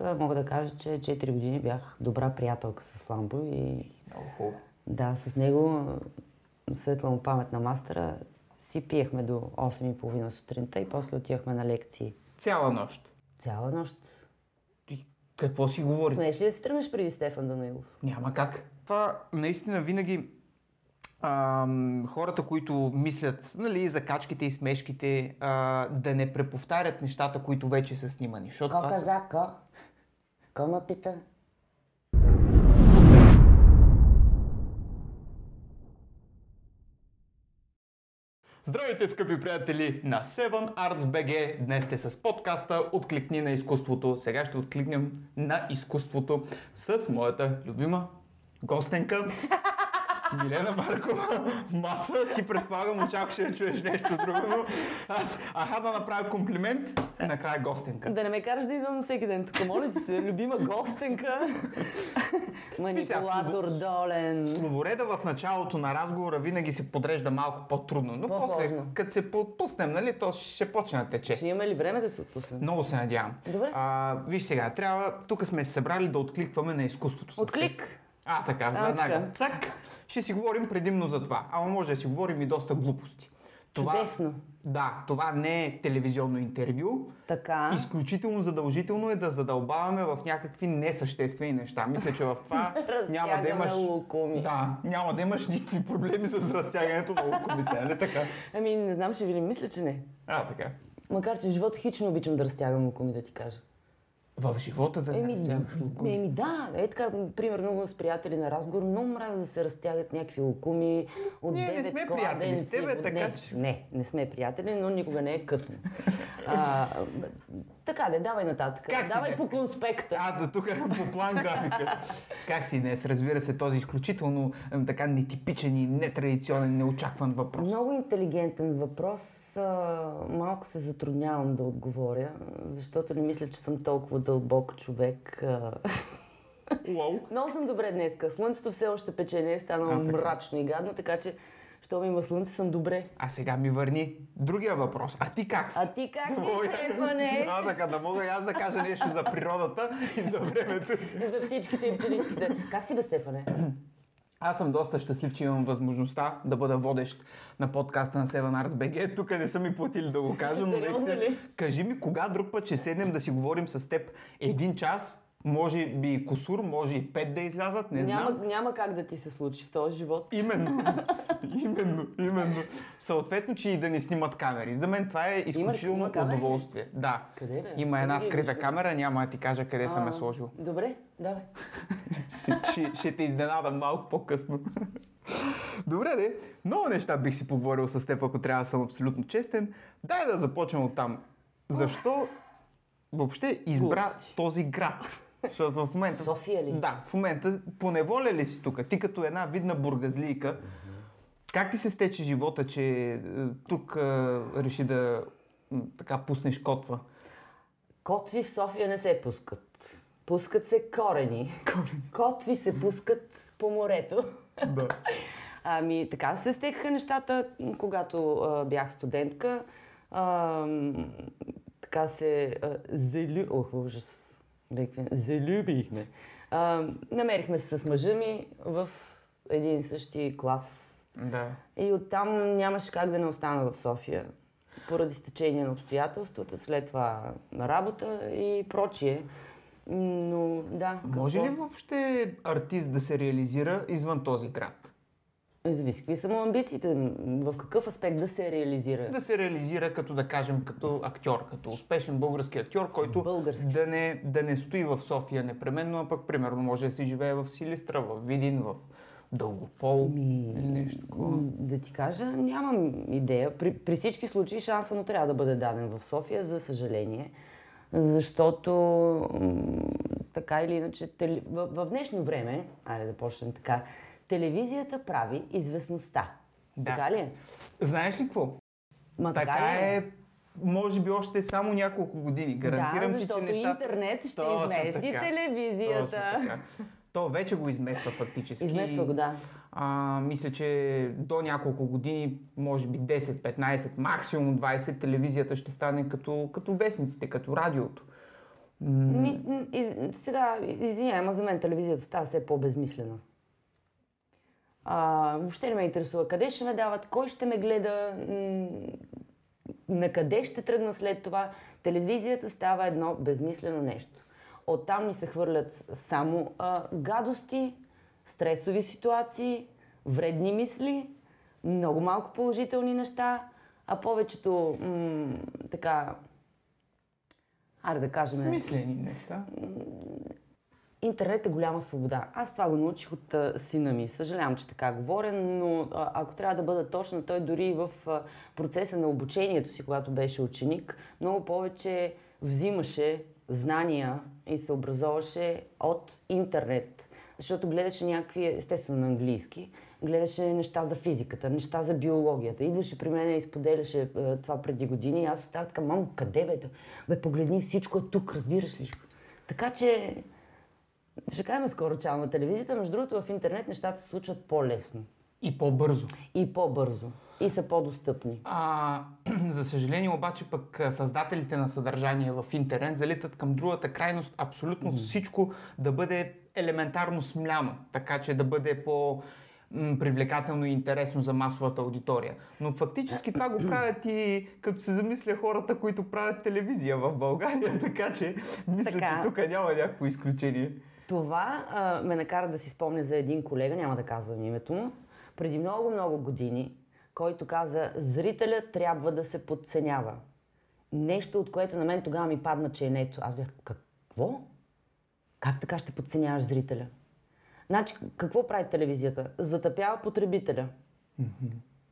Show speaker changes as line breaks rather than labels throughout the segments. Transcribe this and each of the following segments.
А, Е, Мога да кажа, че 4 години бях добра приятелка с Ламбо и
Много хубаво.
да, с него, а, светла му памет на мастера, си пиехме до 8.30 сутринта и после отивахме на лекции.
Цяла нощ.
Цяла нощ.
И какво си говорите?
Смееш ли да си тръгнеш преди Стефан Данаилов?
Няма как. Това наистина винаги ам, хората, които мислят нали, за качките и смешките, а, да не преповтарят нещата, които вече са снимани. Защото
Ко
това са...
каза, ко? Ко ме пита?
Здравейте, скъпи приятели на Seven Arts BG. Днес сте с подкаста Откликни на изкуството. Сега ще откликнем на изкуството с моята любима гостенка Милена Маркова. Маца, ти предполагам, очакваше да чуеш нещо друго, но аз аха да направя комплимент и накрая гостенка.
Да не ме караш да идвам всеки ден тук. Моля ти се, любима гостенка. Манипулатор
слово-
долен.
Словореда в началото на разговора винаги се подрежда малко по-трудно, но после,
По-сложно.
като се подпуснем, нали, то ще почне да тече.
Ще имаме ли време да се отпуснем?
Много се надявам.
Добре.
А, виж сега, трябва, тук сме се събрали да откликваме на изкуството. с теб.
Отклик!
А, така,
А,
веднага.
така.
Цак, ще си говорим предимно за това. Ама може да си говорим и доста глупости.
Чудесно.
Да, това не е телевизионно интервю.
Така.
Изключително задължително е да задълбаваме в някакви несъществени неща. Мисля, че в това няма да
Разтягаме
имаш...
лукуми.
Да, няма да имаш никакви проблеми с разтягането на лукумите, нали така?
Ами, не знам, ще ви ли мисля, че не.
А, така.
Макар, че в живота хично обичам да разтягам лукуми, да ти кажа.
В живота да не
Еми,
разтягаш лукуми.
еми да, е така, примерно с приятели на разговор, много мразя да се разтягат някакви лукуми от
Ние не
девет
сме приятели
кладенци.
с тебе,
от-
така
не,
че-
Не, не сме приятели, но никога не е късно. а, така де, давай нататък.
Как си
давай
днеска?
по конспекта.
А, да, тук е по план графика. как си днес? Разбира се, този изключително ем, така нетипичен и нетрадиционен, неочакван въпрос.
Много интелигентен въпрос. А, малко се затруднявам да отговоря, защото не мисля, че съм толкова дълбок човек. А,
Уау.
Много съм добре днеска. Слънцето все още пече, не е станало
А, така.
мрачно и гадно, така че, щом има слънце, съм добре.
А сега ми върни другия въпрос. А ти как си?
А ти как си,
Мога-
Стефане?
А, така, да мога и аз да кажа нещо за природата и за времето.
За птичките и пчеличките. Как си бе, Стефане?
Аз съм доста щастлив, че имам възможността да бъда водещ на подкаста на Seven Arts BG. Тук не са ми платили да го кажа, но
Сериозно
наистина...
ли?
Кажи ми, кога друг път ще седнем да си говорим с теб един час, може би и косур, може и пет да излязат, не
Няма,
знам.
няма как да ти се случи в този живот.
Именно, именно, именно. Съответно, че и да не снимат камери. За мен това е изключително
има камери ли?
удоволствие. Да.
Къде бе?
Има
Ще
една
ги
скрита
виждам.
камера, няма да ти кажа къде съм
А,
я сложил.
Добре, давай.
ще, ще те изненадам малко по-късно. Добре, де. Много неща бих си поговорил с теб, ако трябва да съм абсолютно честен. Дай да започнем от там. Защо въобще избра
Глупости.
този град? Защото в момента...
София ли?
Да, в момента поневоля ли си тук? Ти като една видна бургазлийка, как ти се стече живота, че е, тук е, реши да м, така пуснеш котва?
Котви в София не се пускат. Пускат се корени. Котви се пускат по морето.
Да.
Ами, така се стекаха нещата, м, когато а, бях студентка. А, м, така се а, залю... Ох, ужас. Ликвен. Залюбихме. А, намерихме се с мъжа ми в един и същи клас.
Да.
И оттам нямаше как да не остана в София. Поради стечение на обстоятелствата, след това на работа и прочие. Но да.
Може
какво?
ли въобще артист да се реализира извън този град?
Зависи какви са му амбициите, м, в какъв аспект да се реализира.
Да се реализира като, да кажем, като актьор, като успешен български актьор, който
Български.
Да, не, да не стои в София непременно, а пък примерно може да си живее в Силистра, в Видин, в Дългопол
Ми,
или нещо такова.
м, да ти кажа, нямам идея. При, при всички случаи шанса му трябва да бъде даден в София, за съжаление. Защото м, така или иначе, теле... в, в днешно време, айде да почнем така, телевизията прави известността.
Да.
Така ли е?
Знаеш ли какво?
Ма
Така е, може би още само няколко години.
да,
Гарантирам, ти, че
защото
нещата...
интернет ще
Точно
измести
така. Точно
телевизията.
така. То вече го измества фактически.
Измества го, да.
А, мисля, че до няколко години, може би 10-15, максимум 20, телевизията ще стане като, като вестниците, като радиото. М,
Ми, м, из, сега, извинявай, ама за мен телевизията става все по-безмислена. А, въобще не ме интересува къде ще ме дават, кой ще ме гледа, м, на къде ще тръгна след това. Телевизията става едно безмислено нещо. Оттам ни се хвърлят само а, гадости, стресови ситуации, вредни мисли, много малко положителни неща, а повечето м- така, аре да кажем,
Смислени неща.
Интернет е голяма свобода. Аз това го научих от а, сина ми. Съжалявам, че така говоря, но а, ако трябва да бъда точна, той дори в а, процеса на обучението си, когато беше ученик, много повече взимаше знания и се образоваше от интернет. Защото гледаше някакви, естествено на английски, гледаше неща за физиката, неща за биологията. Идваше при мен и споделяше а, това преди години и аз оставах така, мамо, къде бе? Бе, погледни, всичко е тук, разбираш ли? Така че ще кажем скоро чао на телевизията. Между другото, в интернет нещата се случват по-лесно
И по-бързо.
и по-бързо и са по-достъпни.
А, за съжаление обаче пък а, създателите на съдържание в интернет залитат към другата крайност абсолютно всичко да бъде елементарно смляно, така че да бъде по м, привлекателно и интересно за масовата аудитория. Но фактически това го правят и като се замисля хората, които правят телевизия в България, така че мисля,
Така.
че тук няма някакво изключение.
Това а, ме накара да си спомня за един колега, няма да казвам името му, преди много-много години, който каза, зрителят трябва да се подценява. Нещо, от което на мен тогава ми падна, че е нето. Аз бях, какво? Как така ще подценяваш зрителя? Значи, какво прави телевизията? Затъпява потребителя.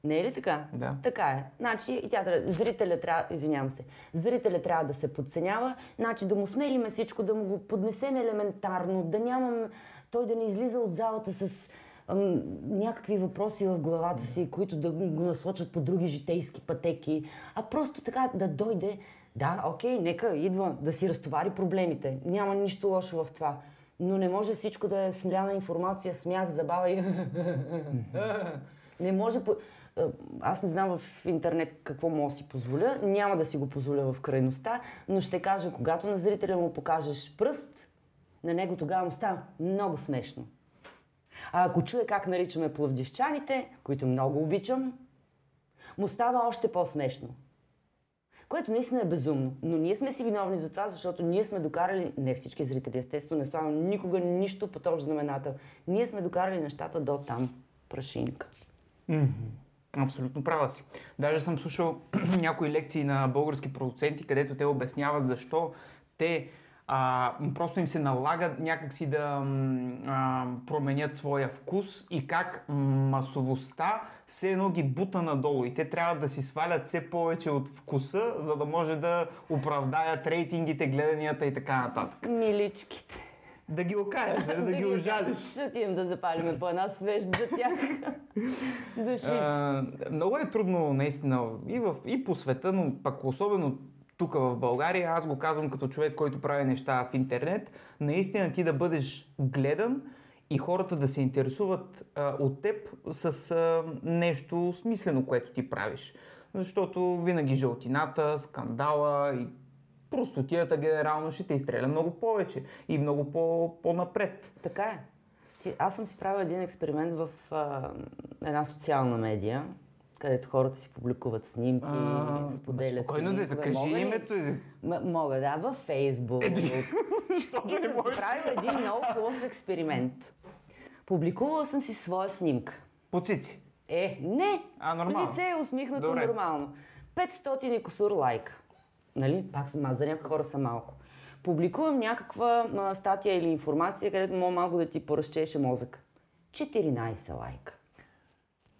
Не е ли така?
Да.
Така е. Значи и тя трябва, зрителя трябва, извинявам се, зрителя трябва да се подценява, значи да му смелиме всичко, да му го поднесем елементарно, да нямам, той да не излиза от залата с ам, някакви въпроси в главата си, които да го насочат по други житейски пътеки, а просто така да дойде, да, окей, нека идва да си разтовари проблемите, няма нищо лошо в това, но не може всичко да е смляна информация, смях, забава и не може. По... а, Аз не знам в интернет какво мога да си позволя. Няма да си го позволя в крайността, но ще кажа, когато на зрителя му покажеш пръст, на него тогава му става много смешно. А ако чуе как наричаме пловдивчаните, които много обичам, му става още по-смешно. Което наистина е безумно. Но ние сме си виновни за това, защото ние сме докарали, не всички зрители, естествено, не слагам никога нищо по този знаменател. Ние сме докарали нещата до там. Прашинка.
Мгм. Абсолютно права си. Даже съм слушал някои лекции на български продуценти, където те обясняват защо те а, м, просто им се налага някакси да м, а, променят своя вкус и как м, масовостта все едно ги бута надолу и те трябва да си свалят все повече от вкуса, за да може да оправдаят рейтингите, гледанията и така нататък.
Миличките.
Да ги окаеш, нали? да ги ожалиш.
Ще отидем да запалим по една свещ за тях. Душици.
А, много е трудно наистина и, в, и по света, но пък особено тук в България, аз го казвам като човек, който прави неща в интернет, наистина ти да бъдеш гледан и хората да се интересуват а, от теб с а, нещо смислено, което ти правиш. Защото винаги жълтината, скандала и простотията генерално ще те изстреля много повече и много по, по-напред.
Така е. Ти, аз съм си правила един експеримент в а, една социална медия, където хората си публикуват снимки,
А,
споделят.
спокойно, да
линкове.
кажи
Мога ли?
името. и-
М- мога, да, във Фейсбук.
Защото
И
не
съм
можеш.
си правила един много хубав експеримент. Публикувала съм си своя снимка.
Поцици.
Е, не!
А, нормално.
Лице е усмихнато
Добре.
нормално. 500 и косур лайка. Нали? Пак съм аз, за някои хора са малко. Публикувам някаква а, статия или информация, където мога малко да ти поразчеше мозък. 14
Е.
лайка.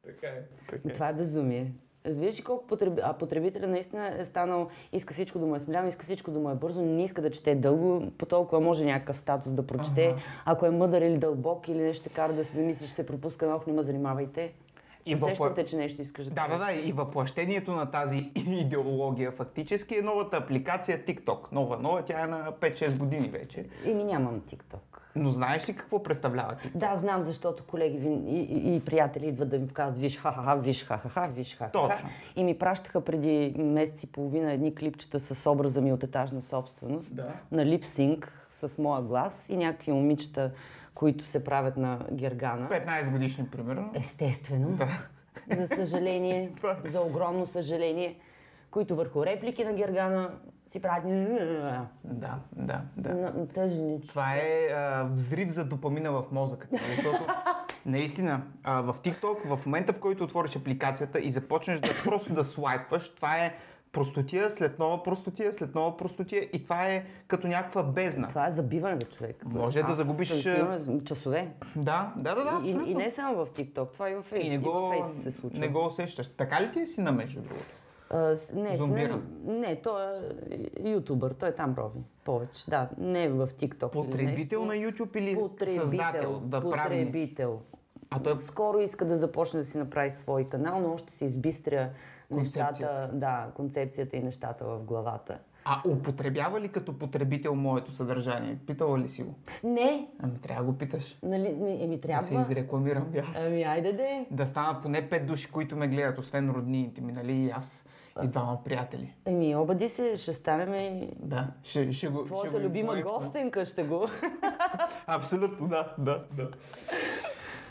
Така е. Така
Това е безумие. Разбираш ли колко потреби... а потребителя наистина е станал, иска всичко да му е смеляно, иска всичко да му е бързо, не иска да чете дълго, по толкова може някакъв статус да прочете. Ако е мъдър или дълбок или нещо така, да се замислиш, че се пропуска на ох, не ме занимавайте.
И въпла...
Сещате, че нещо искаш да
Да, да, да. И въплъщението на тази идеология фактически е новата апликация TikTok. Нова, нова. Тя е на 5-6 години вече.
И ми нямам TikTok.
Но знаеш ли какво представлява TikTok?
Да, знам, защото колеги вин- и, и, и приятели идват да ми показват виж ха-ха-ха, виж ха-ха-ха, виж ха-ха.
Точно.
И ми пращаха преди месец и половина едни клипчета с образа ми от етажна собственост
Да.
на липсинг с моя глас и някакви момичета, които се правят на гергана.
15 годишни,
Е.
примерно.
Естествено. За съжаление,
Това
за огромно съжаление, които върху реплики на гергана си правят
Да, да, да.
на- тъжнички.
Това е а, взрив за допамина в мозъка. ти, Защото наистина а, в TikTok, в момента в който отвориш апликацията и започнеш да просто да слайпваш, това е простотия след нова простотия, след нова простотия и това е като някаква бездна.
Това е забиване, бе, човек.
Може да
Аз
загубиш,
съм сигурна, часове.
Да, да, да, да.
И,
абсолютно.
и не само в TikTok, това и във Фейс.
и не го,
Фейс се случва.
не го усещаш. Така ли ти е сина, между другото?
А, с- не, с- не,
Зомбиран.
не, той е ютубър, той е там рови повече. Да, не в TikTok.
Потребител на
или
YouTube или
нещо. потребител,
създател да прави?
потребител.
А той е
Скоро иска да започне да си направи свой канал, но още си избистря нещата,
Концепцията.
да, концепцията и нещата в главата.
А употребява ли като потребител моето съдържание? Питала ли си го?
Не,
Ами трябва да го питаш.
нали, ми- еми
Да се
трябва.
изрекламирам и аз.
Ами айде де.
Да станат поне пет души, които ме гледат, освен роднините ми, нали и аз. И двама приятели.
Еми, обади се, ще станем и
Да, ще, ще го... ще
твоята
го
любима
инфлуенсна.
гостенка ще го.
Абсолютно, да, да, да.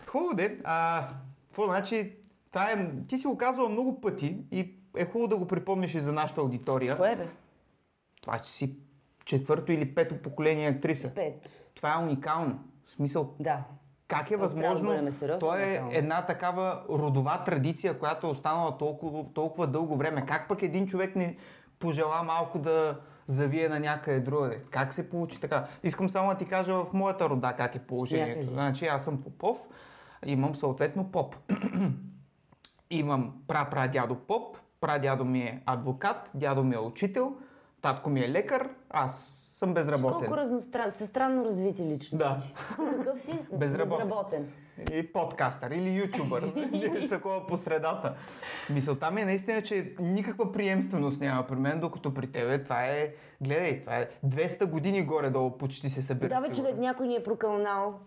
Хубаво де. А, какво значи, това е, ти си го казвала много пъти и е хубаво да го припомниш и за нашата аудитория.
Кое бе?
Това, че си четвърто или пето поколение актриса.
Пет.
Това е уникално. В смисъл,
Да.
Как е
Трябва да
възможно?
бъдем сериозни,
То е
Натално.
една такава родова традиция, която е останала толкова, толкова дълго време. Как пък един човек не пожела малко да завие на някъде другаде? Как се получи така? Искам само да ти кажа в моята рода как е положението.
Я кажи.
Значи аз съм Попов, имам съответно Поп. имам пра-пра-дядо Поп, прадядо ми е адвокат, дядо ми е учител, татко ми е лекар, аз съм безработен.
Колко разностран... са странно развити лично.
Да.
Ти какъв си?
Безработен. И подкастър или ютубър. Нещо такова по средата. Мисълта ми е наистина, че никаква приемственост няма при мен, докато при тебе това е... Гледай, това е 200 години горе-долу почти се събира.
Да, бе, човек, някой ни е прокълнал.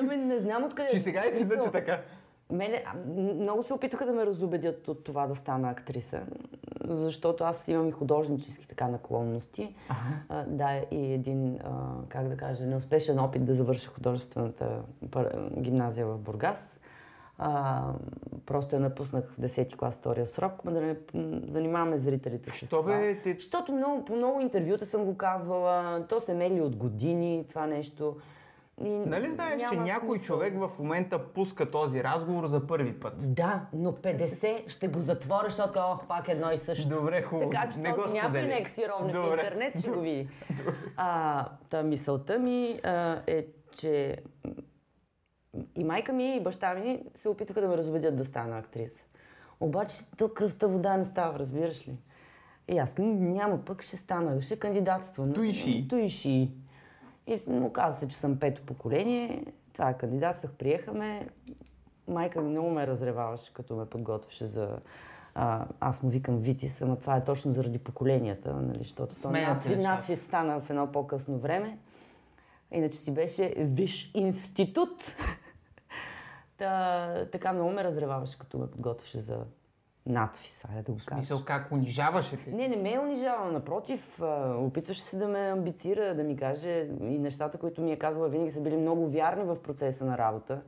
Ами, не знам откъде.
Че сега е и
Мисъл,
седате така.
Мене, а, м- много се опитаха да ме разубедят от това да стана актриса, защото аз имам и художнически така наклонности. А, да, и един, а, как да кажа, неуспешен опит да завърша художествената пар- гимназия в Бургас. А, просто я напуснах в 10 клас втория срок, ма да не м, занимаваме зрителите с
Що
това.
бе, ти...
Защото много, по много интервюта съм го казвала, то се мели от години това нещо. И
Нали знаеш, че
няма
някой
смисъл.
човек в момента пуска този разговор за първи път?
Да, но 50 ще го затворя, защото ох, пак едно и също.
Добре, хубаво.
Така че
Не го
този някой
споделяй.
не е ксировник в
Добре.
интернет, ще го види. А, та мисълта ми а, е, че и майка ми, и баща ми се опитаха да ме разубедят да стана актриса. Обаче то кръвта вода не става, разбираш ли? И аз казвам, няма пък, ще стана, ще кандидатствам.
Туиши.
Туиши. И с- му каза се, че съм пето поколение. Това е кандидатствах, приехаме. Майка ми много ме разреваваше, като ме подготвяше за... А, аз му викам Витис, ама това е точно заради поколенията, нали, защото то
Сменят се
надви,
нещата.
надви стана в едно по-късно време. Иначе си беше Виш институт. Та, така много ме разреваваше, като ме подготвяше за надвис, айде да го кажа.
Мисъл, как унижаваше те?
Не, не ме е унижавал, напротив, а, опитваше се да ме амбицира, да ми каже и нещата, които ми е казала винаги са били много вярни в процеса на работа.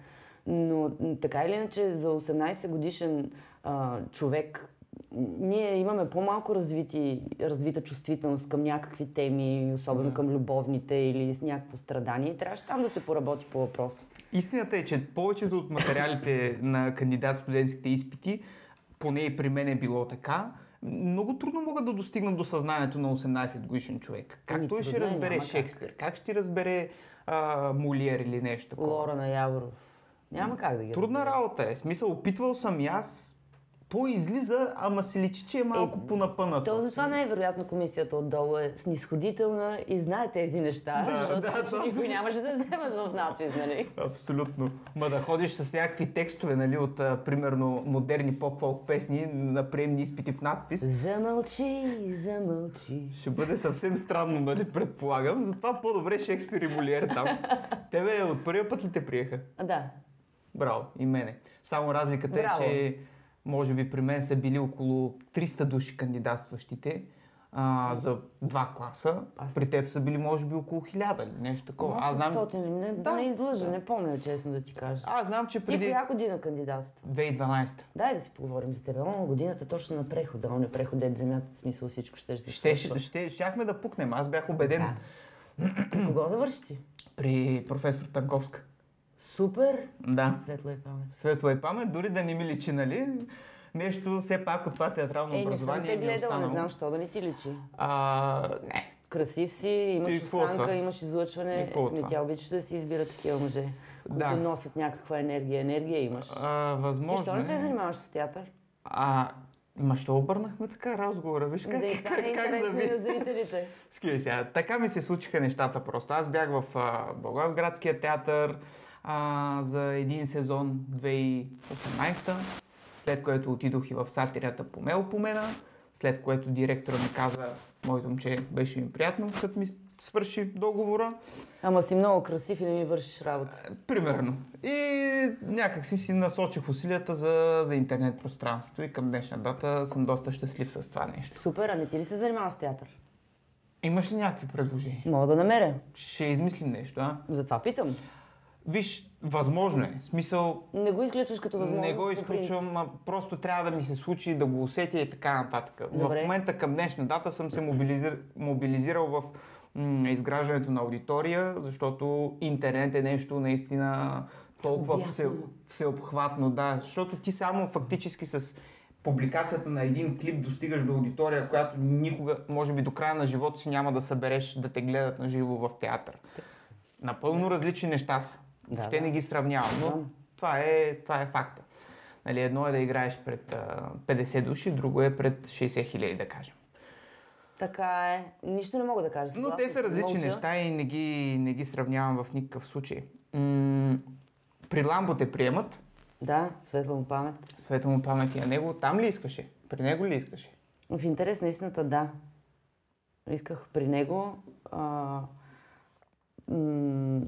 Но м, така или иначе, за 18 годишен а, човек м, ние имаме по-малко развити, развита чувствителност към някакви теми, особено към любовните или с някакво страдание. И трябваше там да се поработи по въпроса.
Истината е, че повечето от материалите на кандидат-студентските изпити, поне и при мен е било така, много трудно могат да достигнат до съзнанието на 18 годишен човек. Как
Ами,
той ще
трудно е,
разбере
няма как.
Шекспир? Как. ще разбере а, Молиер или нещо такова?
Лора на Яворов. Няма как да ги
Трудна
разбера.
работа е. Смисъл, опитвал съм и аз Той излиза, ама си личи, че е малко
Е,
понапънат.
То затова най-вероятно комисията отдолу е снисходителна и знае тези неща,
Да,
защото
да,
иначе
точно.
никой нямаше да вземат в надпис, нали?
Абсолютно. Ма да ходиш с някакви текстове, нали, от а, примерно модерни поп-фолк песни на приемни изпити в надпис.
Замълчи, замълчи.
Ще бъде съвсем странно, нали, предполагам. Затова по-добре Шекспир и Молиер там. Тебе от първия път ли те приеха?
А, да.
Браво, и мене. Само разликата
Браво.
е, че може би при мен са били около 300 души кандидатстващите а, за два класа.
Аз-
При теб са били може би около 1000 или нещо такова. Аз знам,
800, не, да.
Да.
не излъжа, не помня честно да ти кажа.
аз знам, че
Ти
преди
коя година кандидатства?
2012
Дай да си поговорим за теб. О, годината точно на прехода. Он е преход, дед земята, в смисъл всичко ще ще
ще, ще, ще, щяхме да пукнем. Аз бях убеден
Да. При кого завърши ти?
при професор Танковска.
Супер!
Да.
Светла е памет.
Светла и памет, дори да не ми личи, нали? Нещо все пак от това театрално
Е, не съм
образование
те
ми е
гледала, не
останало.
знам, що да не ти личи.
А, не,
Красив си, имаш
И какво от това?
останка, имаш излъчване.
И какво от
Ми,
това?
тя обича да си избира такива мъже, които
Да.
носят някаква енергия. Енергия имаш.
а,
ти
възможно
що не
е.
се занимаваш с театър?
А, ма що обърнахме така разговора? Виж как,
да и стане
как, как
интересно
заби.
и на зрителите.
Скивай сега. Така ми се случиха нещата просто. Аз бях в а, Благоевградския театър а, за един сезон 2018, след което отидох и в сатирата по Мел Помена, след което директора ми каза, моето момче, беше ми приятно, като ми свърши договора.
Ама си много красив и не ми вършиш работа.
Примерно. И някак си си насочих усилията за, за интернет пространството и към днешна дата съм доста щастлив с това нещо.
Супер, а не ти ли се занимава с театър?
Имаш ли някакви предложения?
Мога да намеря.
Ще измислим нещо, а?
Затова питам.
Виж, възможно е. В смисъл,
Не го изключваш като възможност.
не го
по
изключвам,
принцип.
а просто трябва да ми се случи, да го усетя и така нататък.
Добре.
В момента към днешна дата съм се мобилизир... мобилизирал в м- изграждането на аудитория, защото интернет е нещо наистина толкова
Обятно.
все... всеобхватно, да. Защото ти само фактически с публикацията на един клип достигаш до аудитория, която никога, може би до края на живота си няма да събереш да те гледат на живо в театър. Напълно различни неща са.
Да,
Въобще
да.
не ги сравнявам, но
Да.
това е, това е факта. Нали, едно е да играеш пред а, 50 души, друго е пред 60 хиляди, да кажем.
Така е. Нищо не мога да кажа.
Но те
Съгласна
са
съм,
различни
мълча.
неща и не ги, не ги сравнявам в никакъв случай. М- при Ламбо те приемат,
Да, светла му памет.
света му памет и на него, там ли искаше? При него ли искаше?
В интерес на истината, да. Исках при него. А, м,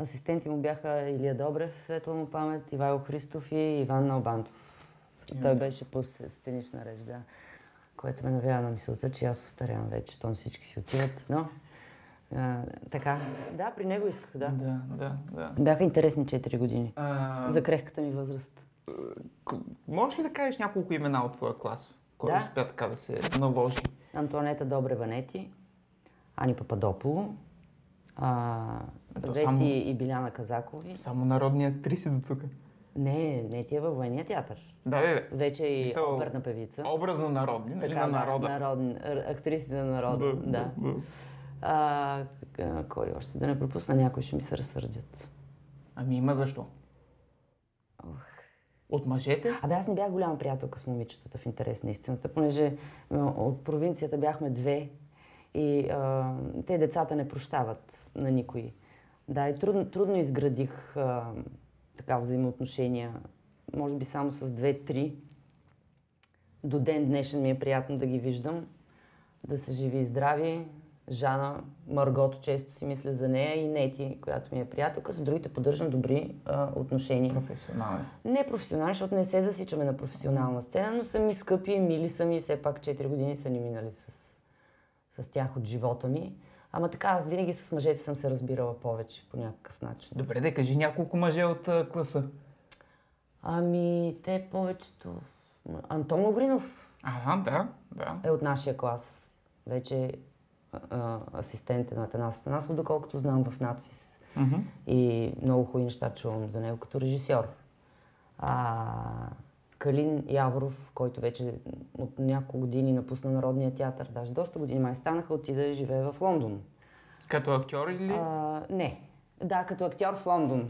асистенти му бяха Илия Добрев, светла му памет, Ивайло Христов и Иван Налбантов. Той беше по с- сценична реч, да. Което ме навява на мисълта, че аз остарявам вече, щом всички си отиват. Но, а, така. Да, при него исках, да.
Да, да, да.
Бяха интересни 4 години.
А,
За крехката ми възраст.
к- можеш ли да кажеш няколко имена от твоя клас, кой
Да.
успя така да се наложи?
Антонета Добреванети, Ани Пападополо, а,
То
Веси
само-
и Биляна Казакови.
Само народни актриси до тук.
Не, не ти е във военния театър.
Да, да, да.
Вече и
смисъл,
оперна певица.
Образно народни, нали, на
на-
народа.
Народен, р- актриси на народа, да. А, к- а, кой още? Да не пропусна някой, ще ми се разсърдят.
Ами има защо. От мъжете?
Абе, аз не бях голяма приятелка с момичетата в интерес на истината, понеже а, от провинцията бяхме две и а, те децата не прощават на никой. Да, и трудно, трудно изградих а, така взаимоотношения, може би само с две-три. До ден днешен ми е приятно да ги виждам, да са живи и здрави. Жана, Маргото, често си мисля за нея и Нети, която ми е приятелка. С другите поддържам добри а, отношения.
Професионални.
Не професионални, защото не се засичаме на професионална сцена, но са ми скъпи, мили са ми, все пак 4 години са ни минали с, с тях от живота ми. Ама така, аз винаги с мъжете съм се разбирала повече по някакъв начин.
Добре, да кажи няколко мъже от а, класа.
Ами, те повечето... Антон Огринов
Ага, да, да.
е от нашия клас. Вече а, а, асистент е на Атанас Атанасов, доколкото знам в надпис.
Мгм.
И много хубави неща чувам за него като режисьор. А, Калин Явров, който вече от няколко години напусна Народния театър, даже доста години май станаха, отида и живее в Лондон.
Като актьор или?
А, не. Да, като актьор в Лондон.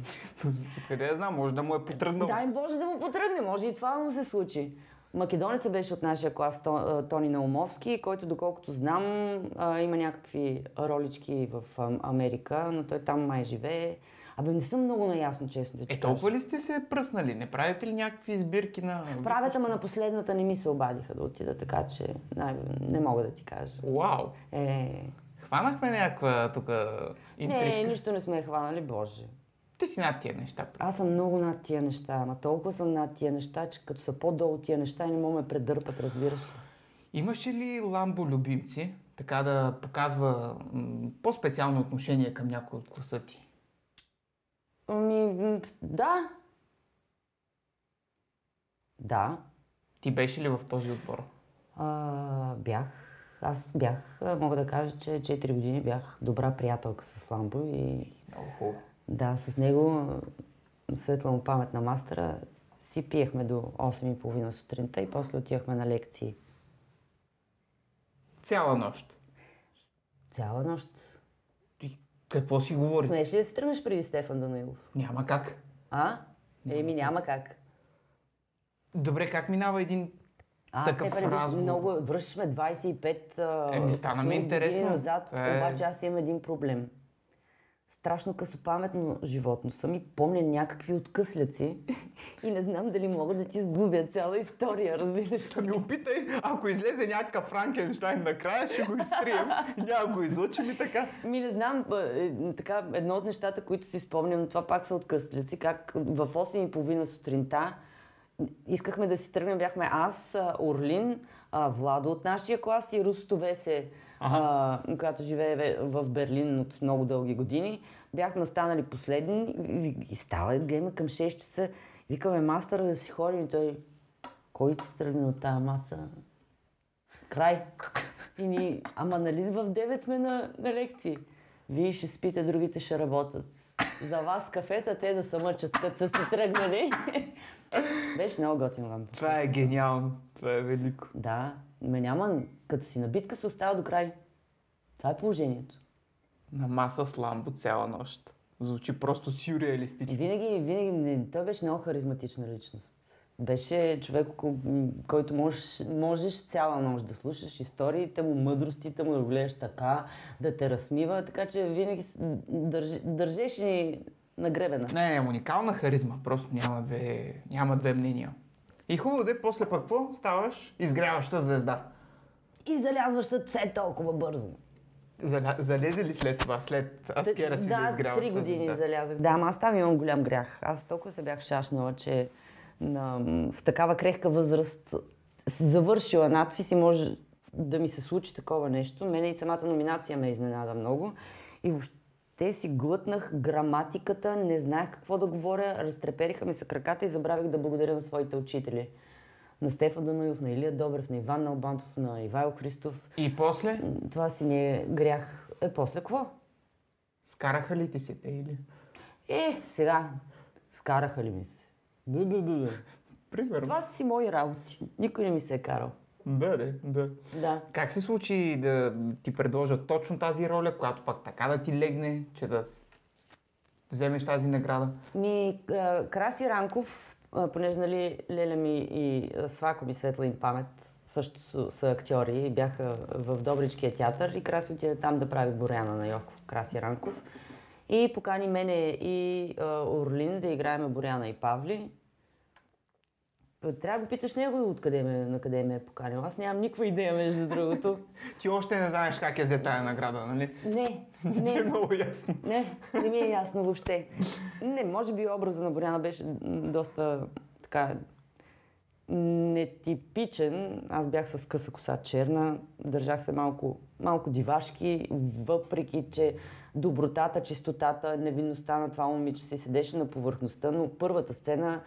Откъде я знам, може да му е потръгнал.
Дай им Боже да му потръгне, може и това да му се случи. Македонеца беше от нашия клас То- а, Тони Наумовски, който доколкото знам а, има някакви ролички в а, Америка, но той там май живее. Абе не съм много наясно, честно да ти
Е,
кажа.
толкова ли сте се пръснали? Не правите ли някакви избирки на...
Правят, ама на последната не ми се обадиха да отида, така че не, не мога да ти кажа.
Вау!
Е,
Хванахме някаква тук интрижка.
не, нищо не сме хванали, боже.
Ти си над тия неща.
Аз съм много над тия неща, ама толкова съм над тия неща, че като са по-долу тия неща, не мога да ме предърпат, разбираш ли.
Имаше ли Ламбо любимци, така да показва м, по-специално отношение към някой от класа ти?
Ами, м, да. Да.
Ти беше ли в този отбор?
А, бях. Аз бях, а, мога да кажа, че 4 години бях добра приятелка с Ламбо и
Много хубаво.
да, с него, а, светла му памет на мастера, си пиехме до 8.30 сутринта и после отивахме на лекции.
Цяла нощ.
Цяла нощ.
И какво си говори?
Смееш ли да се тръгнеш преди Стефан Данаилов?
Няма как.
А? Еми, няма как.
Добре, как минава един...
А,
такъв
Стефане, виж,
разговор.
много връщаш ме 25 а,
Еми, стана ми
години
интересно.
назад,
Това е-
обаче аз имам един проблем. Страшно късопаметно животно съм и помня някакви откъсляци и не знам дали мога да ти сгубя цяла история, разбираш
Да
ли?
ми опитай, ако излезе някакъв Франкенштайн накрая, ще го изтрием. Няма го излучим и така.
Ми не знам, а, е, така, едно от нещата, които си спомням, но това пак са откъсляци, как в 8.30 сутринта искахме да си тръгнем, бяхме аз, а, Орлин, а, Владо от нашия клас и Русто Весе, а, която живее ве- в Берлин от много дълги години. Бяхме останали последни и ви- и става, гледаме към 6 часа, викаме мастера да си ходим и той, кой ти се тръгна от тази маса? край. И ни, ама нали в 9 сме на, на лекции. Вие ще спите, другите ще работят. За вас кафета те да се мъчат, като са се тръгнали. Беше много готин лампа.
Това е гениално. Това е велико.
Да, ме няма, като си на битка се остава до край. Това е положението.
На маса с Ламбо цяла нощ. Звучи просто
И
сюрреалистично.
винаги, винаги, не, той беше много харизматична личност. Беше човек, ко- м, който можеш, можеш цяла нощ да слушаш историите му, мъдростите му, да го гледаш така, да те разсмива, така че винаги с- м, държ, държеше ни на гребена.
Не, не, уникална харизма. Просто няма две, няма две мнения. И хубаво де, после пък какво ставаш? Изгряваща звезда.
И залязваща це толкова бързо.
Заля... Залезе ли след това, след аскера си за
да,
изгряваща
три години
звезда?
залязах. Да, ама аз там имам голям грях. Аз толкова се бях шашнала, че на, в такава крехка възраст с- завършила надпис и може да ми се случи такова нещо. Мене и самата номинация ме изненада много. И въобще си глътнах граматиката, не знаех какво да говоря, разтрепериха ми се краката и забравих да благодаря на своите учители. На Стефан Дануев, на Илия Добрев, на Иван Налбантов, на Ивайл Христов.
И после
Това си ми е грях. Е, после какво?
скараха ли ти се те или?
Е, сега, скараха ли ми се? Да, да, да, да.
Примерно.
Това си мои работи. Никой не ми се е карал.
Да, да, да.
Да.
Как се случи да ти предложат точно тази роля, която пак така да ти легне, че да с- вземеш тази награда?
Ми, а, Краси Ранков, а, понеже нали Леля ми и а, Свако ми светла им памет, също са- са актьори и бяха в Добричкия театър и Краси отиде там да прави Боряна на Йовков, Краси Ранков. И покани мене и а, Орлин да играем Боряна и Павли. Трябва да го питаш него откъде ме, на къде ме е поканил. Аз нямам никаква идея, между другото.
Ти още не знаеш как я взе тая награда, нали?
Не,
Ти е
не,
много ясно.
не, не ми е ясно въобще. Не, може би образа на Боряна беше м, доста така нетипичен. Аз бях с къса коса черна, държах се малко, малко дивашки, въпреки че добротата, чистотата, невинността на това момиче си седеше на повърхността, но първата сцена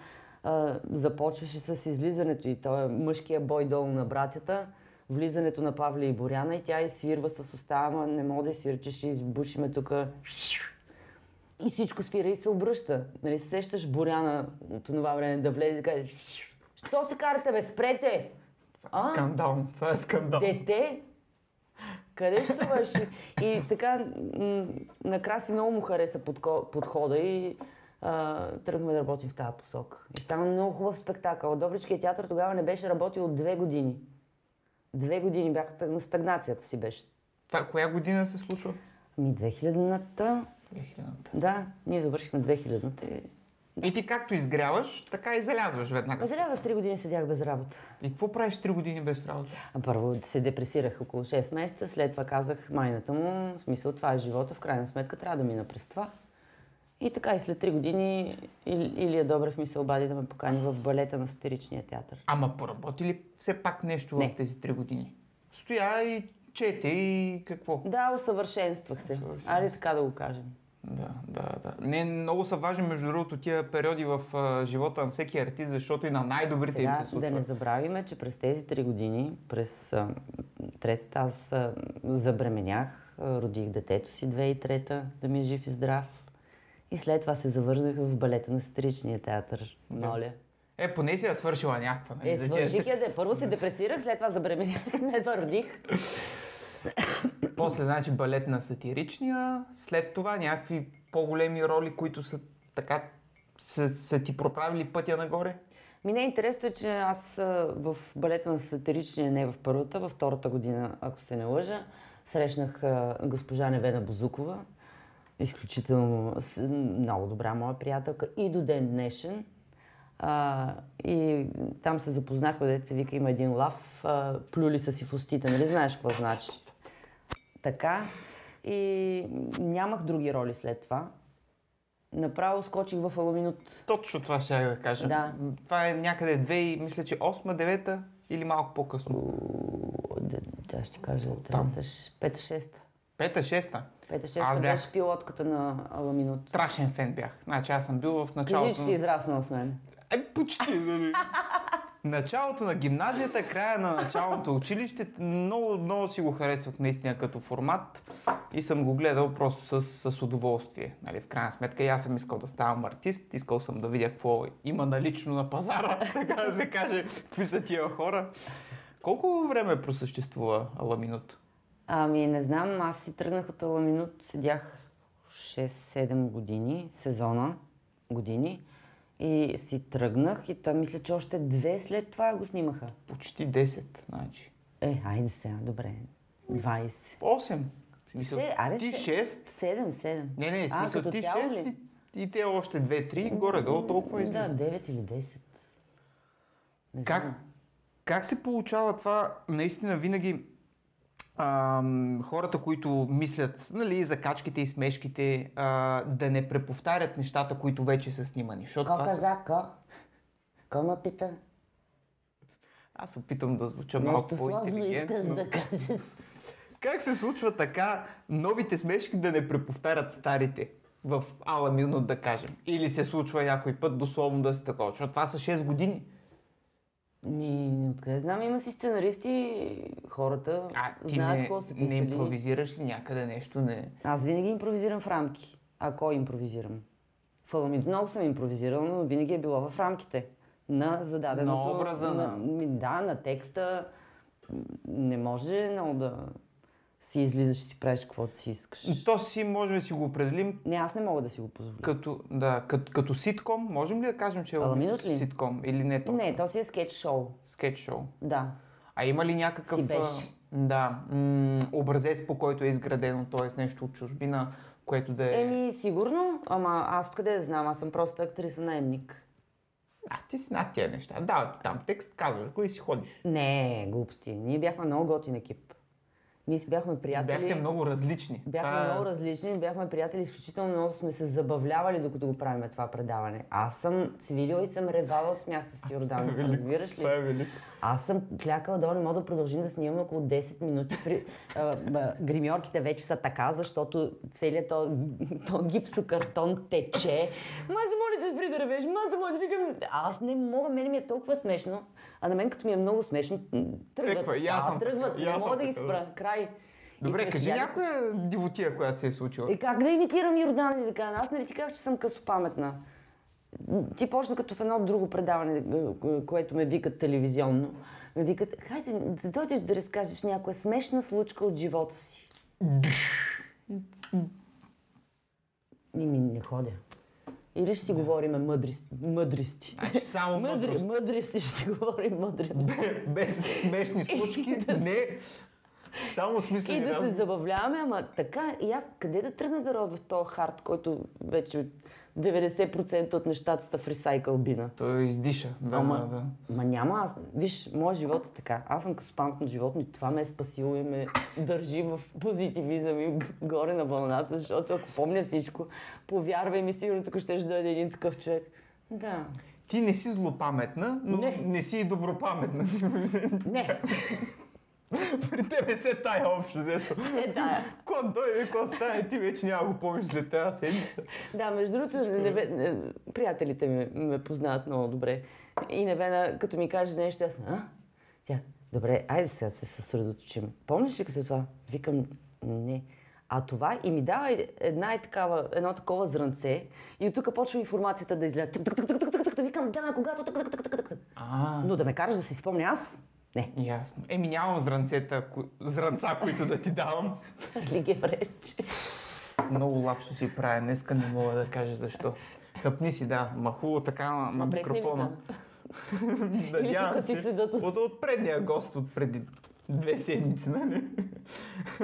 а, започваше с излизането и той е мъжкия бой долу на братята, влизането на Павли и Боряна и тя изсвирва с уста, ама не мога да изсвира, че ще избушиме тук и всичко спира и се обръща. Нали, се сещаш Боряна от това време да влезе и да каже «Шш, Що се карате, бе? Спрете! А?
Скандал. Това е скандал.
Дете! Къде ще се върши? И така, м- на Краси много му хареса подко- подхода и а, тръгнахме да работим в тази посока. И стана много хубав спектакъл. Добричкият театър тогава не беше работил от две години. Две години бях тъ- на стагнацията си беше.
Това коя година се случва?
Ами 2000-та,
2000-та.
да, ние завършихме 2000-та. и-
И ти както изгряваш, така и залязваш веднага.
Излязах три години седях без работа.
И какво правиш 3 години без работа?
А Първо се депресирах около 6 месеца, след това казах майната му, в смисъл това е живота, в крайна сметка трябва да мина през това. И така и след 3 години Ил- Илия е Добрев ми се обади да ме покани в балета на сатиричния театър.
Ама поработи ли все пак нещо в
Не.
тези 3 години? Стоя и чете и какво?
Да, усъвършенствах се. Али така да го кажем.
Да, да, да. Не, много са важни, между другото, тия периоди в а, живота на всеки артист, защото и на най-добрите им
Сега
се
да
случва.
не забравиме, че през тези 3 години, през а, третата аз а, забременях, а, родих детето си 2003-та, да ми е жив и здрав. И след това се завърнах в балета на сатиричния театър.
Да.
Моля.
Е, поне си я свършила някаква. Нали?
Е,
за тия-
свърших я, да. Първо се депресирах, след това забременях, след това родих.
После, значи, балет на сатиричния, след това някакви по-големи роли, които са така са, са ти проправили пътя нагоре.
Ми не, интересно е, че аз а, в балета на сатиричния, не в първата, във втората година, ако се не лъжа, срещнах а, госпожа Невена Бозукова, изключително с- много добра моя приятелка и до ден днешен. А, и там се запознахме, дете се вика, има един лав, а, плюли са си в устите, нали знаеш какво значи? Така. И нямах други роли след това. Направо скочих в Аламинут.
Точно това ще я да кажа.
Да.
Това е някъде две и мисля, че 8-9 или малко по-късно.
Тя ще кажа,
Там.
трета, ш- пета, шеста.
Пета, шеста.
Пета,
Аз
шеста
бях.
е беше пилотката на Аламинут.
Страшен фен бях. Значи аз съм бил в
Кажи,
началото.
че си израснал с мен.
Е, почти, нали? Началото на гимназията, края на началното училище, много, много си го харесвах наистина като формат и съм го гледал просто с, с удоволствие. Нали, в крайна сметка и аз съм искал да ставам артист, искал съм да видя какво има налично на пазара, така да се каже, какви са тия хора. Колко време просъществува Аламинут?
Ами, не знам, аз си тръгнах от Аламинут, седях 6-7 години, сезона, години. И си тръгнах и той мисля, че още две след това го снимаха.
Почти 10, значи.
Е, айде сега, добре. 20.
8. В смисъл,
Се, аре
ти
се.
6,
7, 7.
Не, не, в
А,
смисъл
като
ти
цяло
6
ли?
и, и те още 2-3, горе-долу толкова е
Да,
излиза.
9 или 10. Не
Как,
знам.
как се получава това? Наистина винаги ам, хората, които мислят нали, и за качките и смешките, а, да не преповтарят нещата, които вече са снимани. Защото
Ко
Е, това са...
каза, ко? Ко ме пита?
Аз опитам да звуча малко
Нещо сложно искаш
по-интелигентно.
да кажеш.
Как се случва така новите смешки да не преповтарят старите? В Ала Минут, да кажем. Или се случва някой път дословно да си такова. Защото това са 6 години.
Ми, откъде знам, има си сценаристи, хората
А ти
знаят
не,
какво са
не
писали.
импровизираш ли някъде нещо? Не.
Аз винаги импровизирам в рамки, ако импровизирам. В Аламид много съм импровизирал, но винаги е било в рамките на зададеното.
На образа на-
ми, Да, на текста. М, Не може много да си излизаш и си правиш каквото си искаш.
То си може да си го определим
Не, аз не мога да си го позволя.
като, да, като, като ситком. Можем ли да кажем, че е
Аламинут ли?
ситком или не то?
Не, то си е скетч шоу.
Скетч шоу.
Да.
А има ли някакъв
Си беше.
а, да, м- образец, по който е изградено, т.е. нещо от чужбина, което да е...
Еми, сигурно, ама аз къде да знам, аз съм просто актриса наемник.
А, ти си над тия неща. Да, ти там текст, казваш го и си ходиш.
Не, глупости. Ние бяхме много готин екип. Ние си бяхме приятели.
Бяхте много различни.
Ами- Бяхме
Това е-
много различни, бяхме приятели, изключително много сме се забавлявали, докато го правим това предаване. Аз съм цивилила и съм ревала от смях с Йордан, разбираш ли?
Това е велико.
Аз съм клякала долу, не мога да продължим да снимаме около 10 минути. При... а, б- гримьорките вече са така, защото целият то, то гипсокартон тече. Мазо, моля те, спри да ревеш, мазо, моля те, викам. Аз не мога, мене ми е толкова смешно. А на мен като ми е много смешно, м, тръгват.
Еква, и аз
Да,
съм
тръгват,
така, и
не
аз
мога
съм
да ги
така,
спра. Край. И
Добре,
сме
кажи
седяли-
някоя дивотия, която се е случила.
Е, как да имитирам Йордан и така? Аз нали ти казах, че съм късопаметна. Ти почна като в едно друго предаване, ко- което ме викат телевизионно. Ме викат, хайде да дойдеш да разкажеш някоя смешна случка от живота си. Ми, ми не ходя. Или ще си говорим мъдристи. мъдристи.
Значи само
Мъдри,
мъдрост.
мъдристи ще си говорим мъдри.
Без смешни случки, не. Само
И
смислени
да се
работи.
забавляваме, ама така, и аз къде да тръгна да ровя в този хард, който вече 90% от нещата са в ресайкъл бина?
Той издиша. Да,
Ама-
да, да.
Ма няма, аз, виж, моят живот е така. Аз съм каспант на животно и това ме е спасило и ме държи в позитивизъм и горе на вълната, защото ако помня всичко, повярвай ми, сигурно тук ще дойде един такъв човек. Да.
Ти не си злопаметна, но не,
Не.
не си и добропаметна.
Не,
При тебе се тая общо взето.
е да.
Ко дойде, ко стане, ти вече няма го помниш след тази седмица.
Да, между другото, Неве- не, приятелите ми ме познават много добре. И Невена, като ми каже нещо, аз а? Тя, добре, айде сега да се съсредоточим. Помниш ли като това? Викам, не. А това и ми дава е- една и такава, едно такова зранце и от тук почва информацията да изляза. Тък, тък, тък, тък, тък, тък, тък, Викам, да, когато тък, тък, тък, тък, тък, тък.
А,
Но да ме караш да си спомня аз? Не,
ясно. Еми нямам зранцета, ко- зранца, които да ти давам.
ли ги е врече?
Много лапсуси правя, днеска не мога да кажа защо. Хъпни си, да, махуло така на, на
Брекни ми
микрофона.
зъба.
Надявам
тук си
се.
седат.
От, от предния гост от преди две седмици, нали?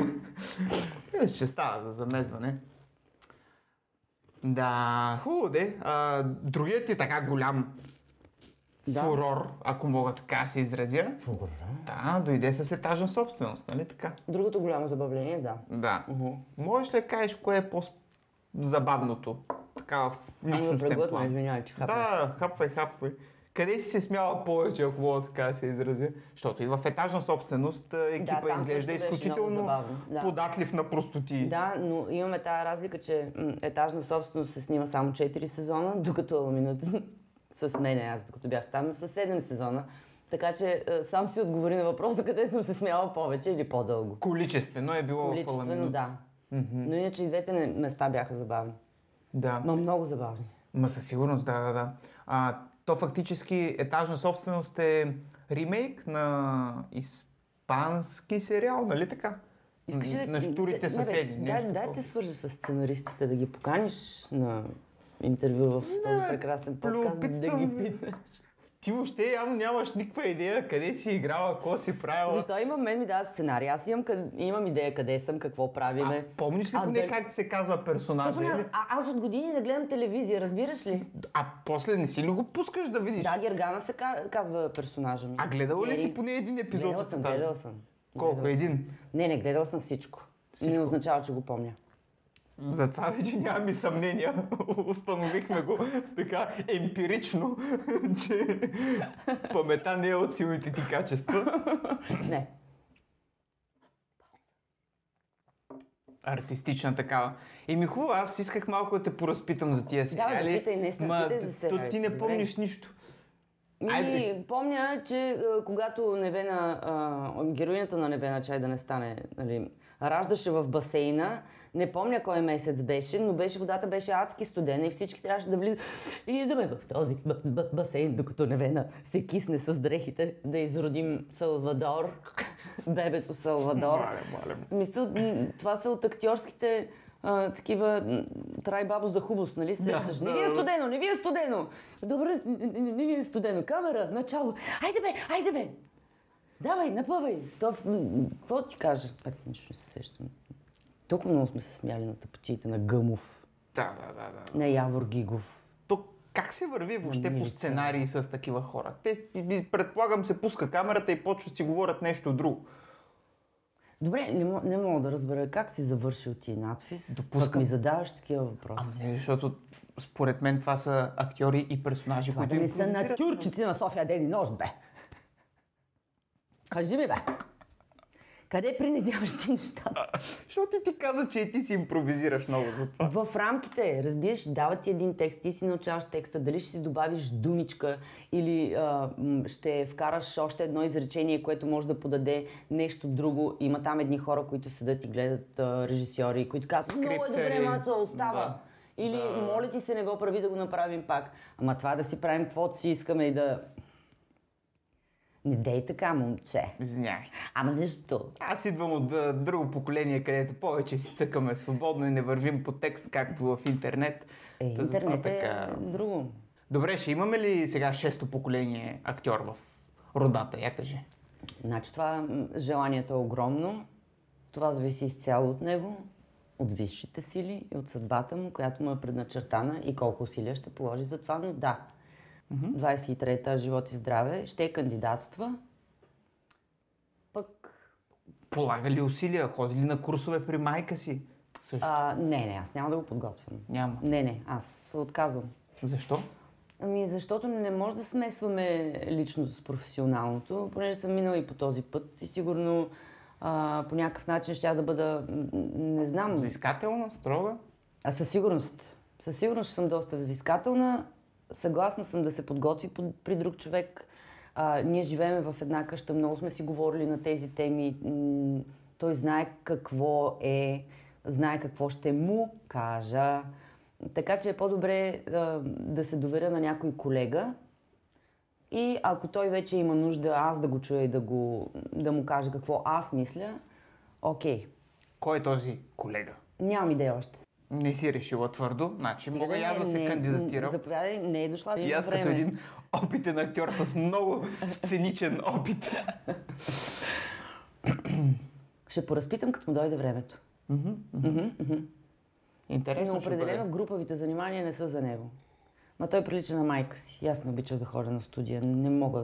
Е, Ще става за замезване. Да, хубаво де. А, другият ти така голям
Да.
фурор, ако мога така да се изразя.
Фугура.
Да, дойде с етажна собственост, нали така?
Другото голямо забавление, да.
Да. Можеш ли да кажеш кое е по-забавното? Така в
Ами ме
личностен
преглътна,
план.
извинявай, че хапна.
Да, хапвай, хапвай. Къде си се смяла повече, ако мога така да се изразя? Защото и в етажна собственост а, екипа
там също
изглежда
беше много
изключително
забавно, да.
податлив на простоти.
Да, но имаме тази разлика, че м, етажна собственост се снима само 4 сезона, докато Аламинът с мен, аз докато бях там, са 7 сезона. Така че е, сам си отговори на въпроса къде съм се смяла повече или по-дълго.
Количествено е било в
Количествено,
Аламинут.
да. Но иначе и двете не- места бяха забавни.
да.
Ма много забавни.
Ма със сигурност, да, да, да. А, то фактически етажна собственост е ремейк на испански сериал, нали така?
Искаш ли да...
На штурите
да, не, бе,
съседи.
Дай,
нещо
дай
такова.
те свържа с сценаристите, да ги поканиш на интервю в този
бе,
прекрасен подкаст, да
любопитствам
ги
ми.
питаш.
Ти въобще явно нямаш никаква идея къде си играла, какво си правила.
Защо имам мен ми дава сценарий? Аз имам, къд... имам идея къде съм, какво
А,
правиме.
помниш ли
А,
поне
дали-
как се казва персонажа?
Стефане,
Или-
а, аз от години не гледам телевизия, разбираш ли?
А после не си ли го пускаш да видиш?
Да, Гергана се ка- казва персонажа ми.
А гледала ли
Ери,
си поне един епизод?
Гледала
от
съм,
тази?
гледала съм.
Колко? Един?
Не, не, гледала съм всичко. Не означава, че го помня.
Затова вече нямаме съмнения. Установихме го така емпирично, че памета не е от силните ти качества.
Не.
Артистична такава. Еми хубаво, аз исках малко да те поразпитам за тия
Да, бе,
сериали.
питай, наистина,
Ма,
питай за
т-
сериалите,
то ти не
добре.
помниш нищо.
Ми,
Айде.
Ами, помня, че а, когато Невена, а, героинята на Невена Чай да не стане, нали, раждаше в басейна, не помня кой месец беше, но беше, водата беше адски студена и всички трябваше да влизат. Излизаме в този б- б- басейн, докато Невена се кисне с дрехите да изродим Салвадор, бебето Салвадор.
Мале, мале.
Мисля, м, това са от актьорските а, такива м, трай бабо за хубост, нали? Срещаш.
да,
не ви е
да.
студено, не ви е студено. Добре, не, не, не ви е студено. Камера, начало. Айде бе, айде бе. Давай, напъвай. То, м, м, какво ти кажа? Пак нищо не се сещам. Толкова много сме се смяли на тъпотиите на Гъмов,
Да, да, да, да.
на Явор Гигов.
То как се върви въобще
Ами,
по сценарии с такива хора? Те, и- предполагам, се пуска камерата и почват да си говорят нещо друго.
Добре, не, мо- не мога да разбера как си завършил ти надфис. Пък
Допускам. Ами,
ми задаваш такива въпроси.
Не, защото според мен това са актьори и персонажи,
Това
които
да не са
импровизират.
натюрчици на София ден и нощ, бе. Кажи ми, бе. Къде принизяваш ти нещата?
Защото ти ти каза, че и ти си импровизираш много за това.
В рамките, разбираш, дават ти един текст, ти си научаваш текста, дали ще си добавиш думичка или а, м, ще вкараш още едно изречение, което може да подаде нещо друго. Има там едни хора, които седат и гледат а, режисьори, които казват, много е добре,
Скриптери.
Мацо, остава.
Да.
Или, моля ти се, не го прави да го направим пак. Ама това да си правим каквото си искаме и да... Не дей така, момче.
Извинявай.
Ама нищо.
Аз идвам от а, друго поколение, където повече си цъкаме свободно и не вървим по текст, както в интернет.
Е,
Та затова
интернет е
така.
друго.
Добре, ще имаме ли сега шесто поколение актьор в родата, я кажи?
Значи това м, желанието е огромно. Това зависи изцяло от него, от висшите сили и от съдбата му, която му е предначертана и колко усилия ще положи за това. Но да, 23-та живот и здраве ще е кандидатства. Пък
Полага ли усилия? Ходи ли на курсове при майка си? Също.
А, не, не, аз няма да го подготвям.
Няма.
Не, не, аз се отказвам.
Защо?
Ами, защото не може да смесваме личното с професионалното, понеже съм минала и по този път и сигурно а, по някакъв начин ще да бъда, м, м, не знам,
Взискателна, строга?
а със сигурност. Със сигурност ще съм доста взискателна. Съгласна съм да се подготви под- при друг човек. А, ние живеем в една къща, много сме си говорили на тези теми. М, Той знае какво е, знае какво ще му кажа. Така че е по-добре а, да се доверя на някой колега. И ако той вече има нужда аз да го чуя и да, го, да му кажа какво аз мисля, окей,
Кой е този колега?
нямам идея още.
Не си е решила твърдо, значи
Стига
мога и аз да
не-
се
не-
кандидатирам.
Заповядай, не е дошла
И аз
време.
като един опитен актьор с много сценичен опит.
Ще поразпитам, като му дойде времето.
Интересно
Но
ще бъде.
определено груповите занимания не са за него. Ма той прилича на майка си. И Аз не обичах да ходя на студия. Не мога.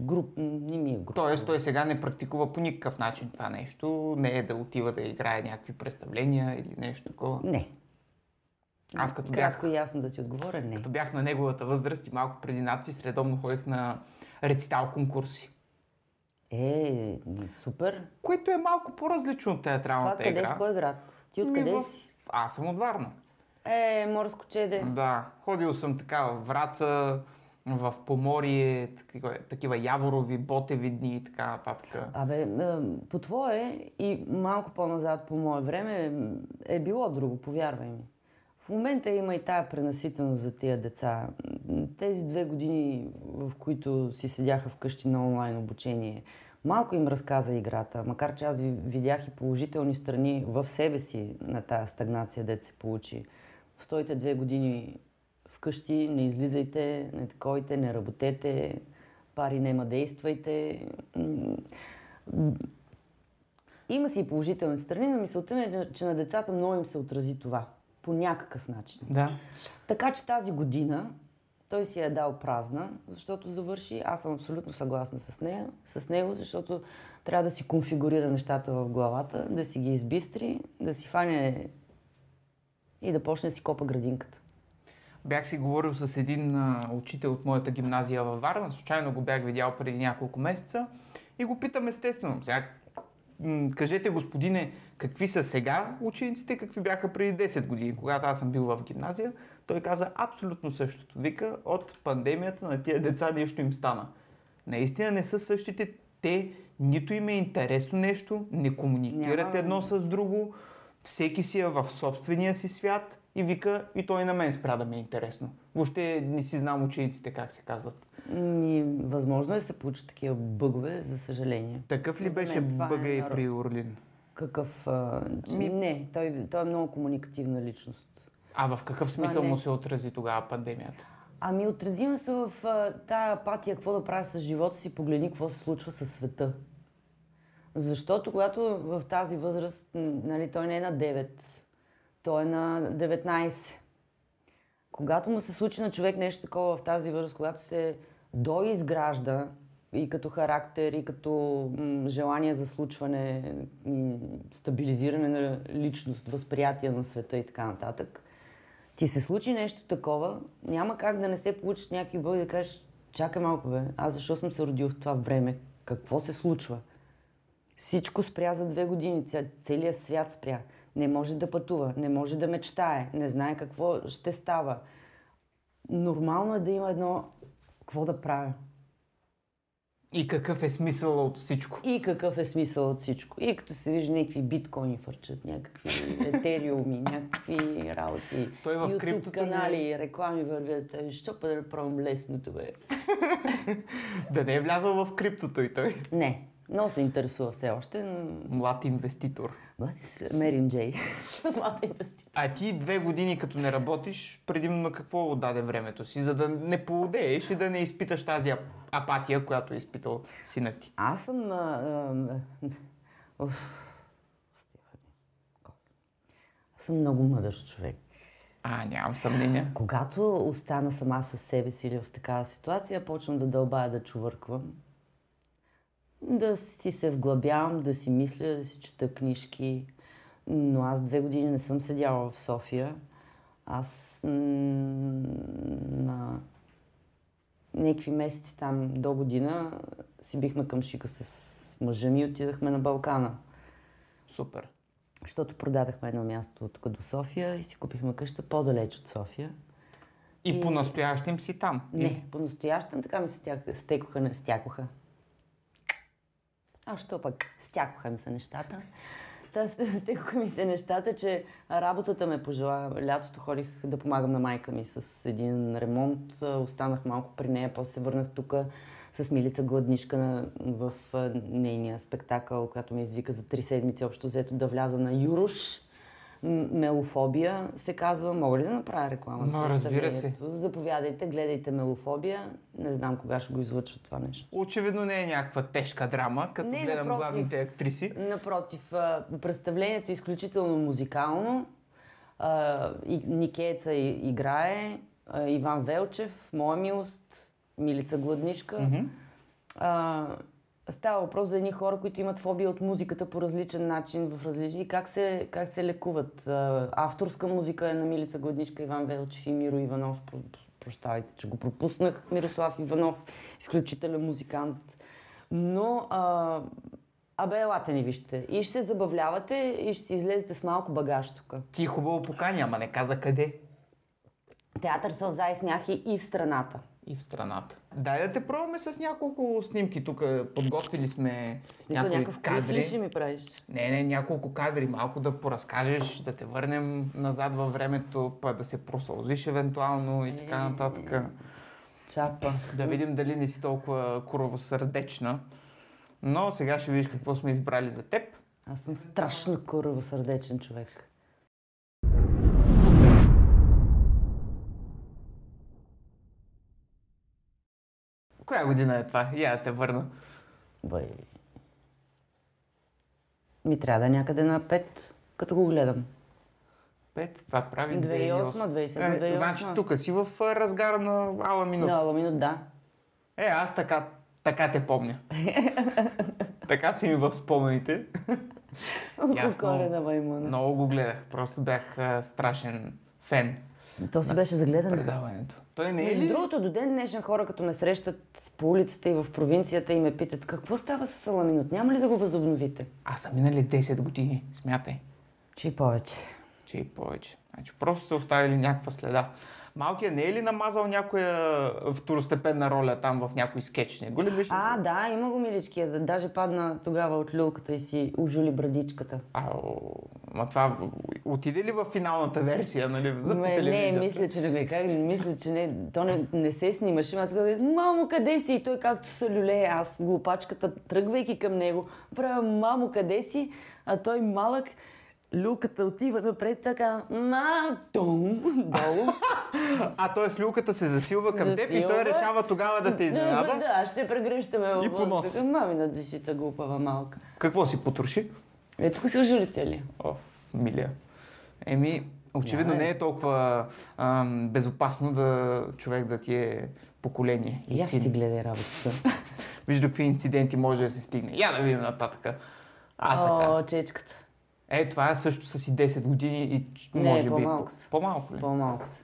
Груп, не ми е груп.
Тоест, той сега не практикува по никакъв начин това нещо. Не е да отива да играе някакви представления или нещо такова.
Не.
Аз като бях
Кратко и ясно да ти отговоря, не.
Като бях на неговата възраст и малко преди надпис, редовно ходих на рецитал конкурси.
Е, супер.
Което е малко по-различно от
Това
театралната
къде
игра.
в кой град? Ти
Ми
откъде
в-
си?
Аз съм от Варна.
Е, морско чеде.
Да, ходил съм така в Враца, в Поморие, такива, такива яворови, ботеви дни и така нататък.
Абе, м, по твое и малко по-назад по мое време м, е било друго, повярвай ми. В момента има и тая пренаситеност за тия деца. М, Тези две години, в които си седяха вкъщи на онлайн обучение, малко им разказа играта, макар че аз ви- видях и положителни страни в себе си на тая стагнация, дет се получи. Стойте две години вкъщи, не излизайте, не такойте, не работете, пари нема действайте. М, има си и положителни страни, но мисълта ми е, че на децата много им се отрази това. По някакъв начин.
Да.
Така че тази година той си я е дал празна, защото завърши. Аз съм абсолютно съгласна с, нея, с него, защото трябва да си конфигурира нещата в главата, да си ги избистри, да си фане и да почне да си копа градинката.
Бях си говорил с един а, учител от моята гимназия във Варна, случайно го бях видял преди няколко месеца и го питам естествено. Сега, м- кажете господине, какви са сега учениците, какви бяха преди 10 години, когато аз съм бил в гимназия. Той каза абсолютно същото. Вика, от пандемията на тия деца нещо им стана. Наистина не са същите. Те нито им е интересно нещо, не комуникират
Няма-
едно с друго, всеки си е в собствения си свят и вика, и той на мен спря да ми е интересно. Въобще не си знам учениците как се казват.
Ми, възможно е да се получат такива бъгове, за съжаление.
Такъв ли
За мен
беше
това е
бъга и
народ.
при Орлин?
Какъв... А... че-
Ми-
Не, той, той е много комуникативна личност.
А в какъв смисъл
не.
му се отрази тогава пандемията?
Ами отразим се в а, тая апатия, какво да правя с живота си, погледни какво се случва със света. Защото когато в тази възраст, м, нали, той не е на 9, той е на 19. Когато му се случи на човек нещо такова в тази възраст, когато се доизгражда и като характер, и като м, желание за случване, м, стабилизиране на личност, възприятие на света и така нататък, ти се случи нещо такова, няма как да не се получиш някакви бъди да кажеш, чакай малко бе, аз защо съм се родил в това време? Какво се случва? Всичко спря за две години, ця- целият свят спря. Не може да пътува, не може да мечтае, не знае какво ще става. Нормално е да има едно какво да правя.
И какъв е смисъл от всичко?
И какъв е смисъл от всичко? И като се вижда някакви биткоини фърчат, някакви етериуми, някакви работи,
Той в
YouTube
криптото ли е?
канали, реклами вървят. Е, Що па да не пробвам лесното, бе?
Да не е влязъл в криптото и той.
Не, много се интересува все още, но...
Млад инвеститор.
Млади с Мерин Джей. Млад инвеститор.
А ти две години като не работиш, предимно на какво отдаде времето си, за да не полудееш и да не изпиташ тази ап- апатия, която е изпитал сина ти?
Аз съм... А, а, а, уф, Стефани. Аз съм много мъдър човек.
А, нямам съмнение.
Когато остана сама със себе си или в такава ситуация, почвам да дълбая, да чувърквам. Да си се вглъбявам, да си мисля, да си чета книжки. Но аз две години не съм седяла в София. Аз м, на някакви месеци там до година си бихме към шика с мъжа ми и отидахме на Балкана.
Супер.
Защото продадахме едно място тук до София и си купихме къща по-далеч от София.
И, по-настоящем си там.
Не, по-настоящем така ми се стяк- стекоха, не стякоха. А що пък? Стякоха ми се нещата. Та, с- стекоха ми се нещата, че работата ме пожела. Лятото ходих да помагам на майка ми с един ремонт. а, Останах малко при нея, после се върнах тук с Милица Гладнишка на, в а, нейния спектакъл, която ме извика за три седмици общо взето да вляза на Юруш. М- Мелофобия се казва. Мога ли да направя реклама?
Ма, разбира се.
представлението? Заповядайте, гледайте Мелофобия. Не знам кога ще го излъчват това нещо.
Очевидно не е някаква тежка драма, като
Не,
гледам
напротив.
главните актриси.
Напротив, а, представлението е изключително музикално. А, и- Никееца и- играе, а, Иван Велчев, Моя милост, Милица Гладнишка. А, Става въпрос за едни хора, които имат фобия от музиката по различен начин, в различни... и Как се, как се лекуват? А, Авторска музика е на Милица Гладнишка, Иван Велчев и Миро Иванов. Про- Прощавайте, че го пропуснах. Мирослав Иванов, изключителен музикант. Но а, Абе, елате ни вижте. И ще се забавлявате и ще си излезете с малко багаж тук.
Ти хубаво покани, ама не каза къде.
Театър сълза и смях и, и в страната.
И в страната. Дай да те пробваме с няколко снимки тук. Подготвили сме
В смисъл,
някои
някакъв квиз ли ще
кадри.
ми правиш?
Не, не, няколко кадри. Малко да поразкажеш, да те върнем назад във времето, па да се просълзиш евентуално и
Е.
така нататък.
Чапа.
Да видим дали не си толкова коровосърдечна. Но сега ще видиш какво сме избрали за теб.
Аз съм страшно коравосърдечен човек.
Коя година е това? Я да те върна.
Бай. Ми трябва да е някъде на 5, като го гледам.
Пет, това прави
2008,
2008.
2007, 2008.
Е, значи тук си в а, разгара на Ала Минут.
Да, ламинот, да.
Е, аз така, така те помня. така си ми в спомените. Ясно.
Покоре на маймуна.
Много го гледах. Просто бях а, страшен фен
То си беше загледано.
предаването. Той не е
Между
ли?
другото, до ден днешен хора, като ме срещат по улицата и в провинцията и ме питат какво става с Аламинот, няма ли да го възобновите?
Аз са минали 10 години, смятай,
Че и повече.
че и повече. Значи просто сте оставили някаква следа. Малкият не е ли намазал някоя второстепенна роля там в някой скетч? Не го ли беше?
А, да, има го миличкия. Да- Даже падна тогава от люлката и си ужули брадичката.
Ау, ма това отиде ли в финалната версия, нали? За по
Ме- не,
телевизията?
мисля, че не ме как, мисля, че не, то не, не се снимаше. Аз казах, мамо, къде си? И той както се люлее, аз глупачката, тръгвайки към него, правя, мамо, къде си? А той малък, люлката отива напред, така, ма, дом, долу.
А той с люлката се засилва към теб и той
Засилва. аз
решава тогава да те
Да,
изненада.
да, ще прегръщаме във
И по нос.
въздуха. Мамина дъщица глупава малка.
Какво си потроши?
Е, тук са журите ли?
О, милия. Еми, очевидно
Няма,
не е толкова ам, безопасно да човек да ти е поколение и
И аз си
син.
гледай работата.
Виж до какви инциденти може да се стигне. Я да видим нататък. А, така.
О, чечката.
Е, това също са си 10 години и ч-
Не,
може би...
по-малко са.
По-малко ли?
По-малко са.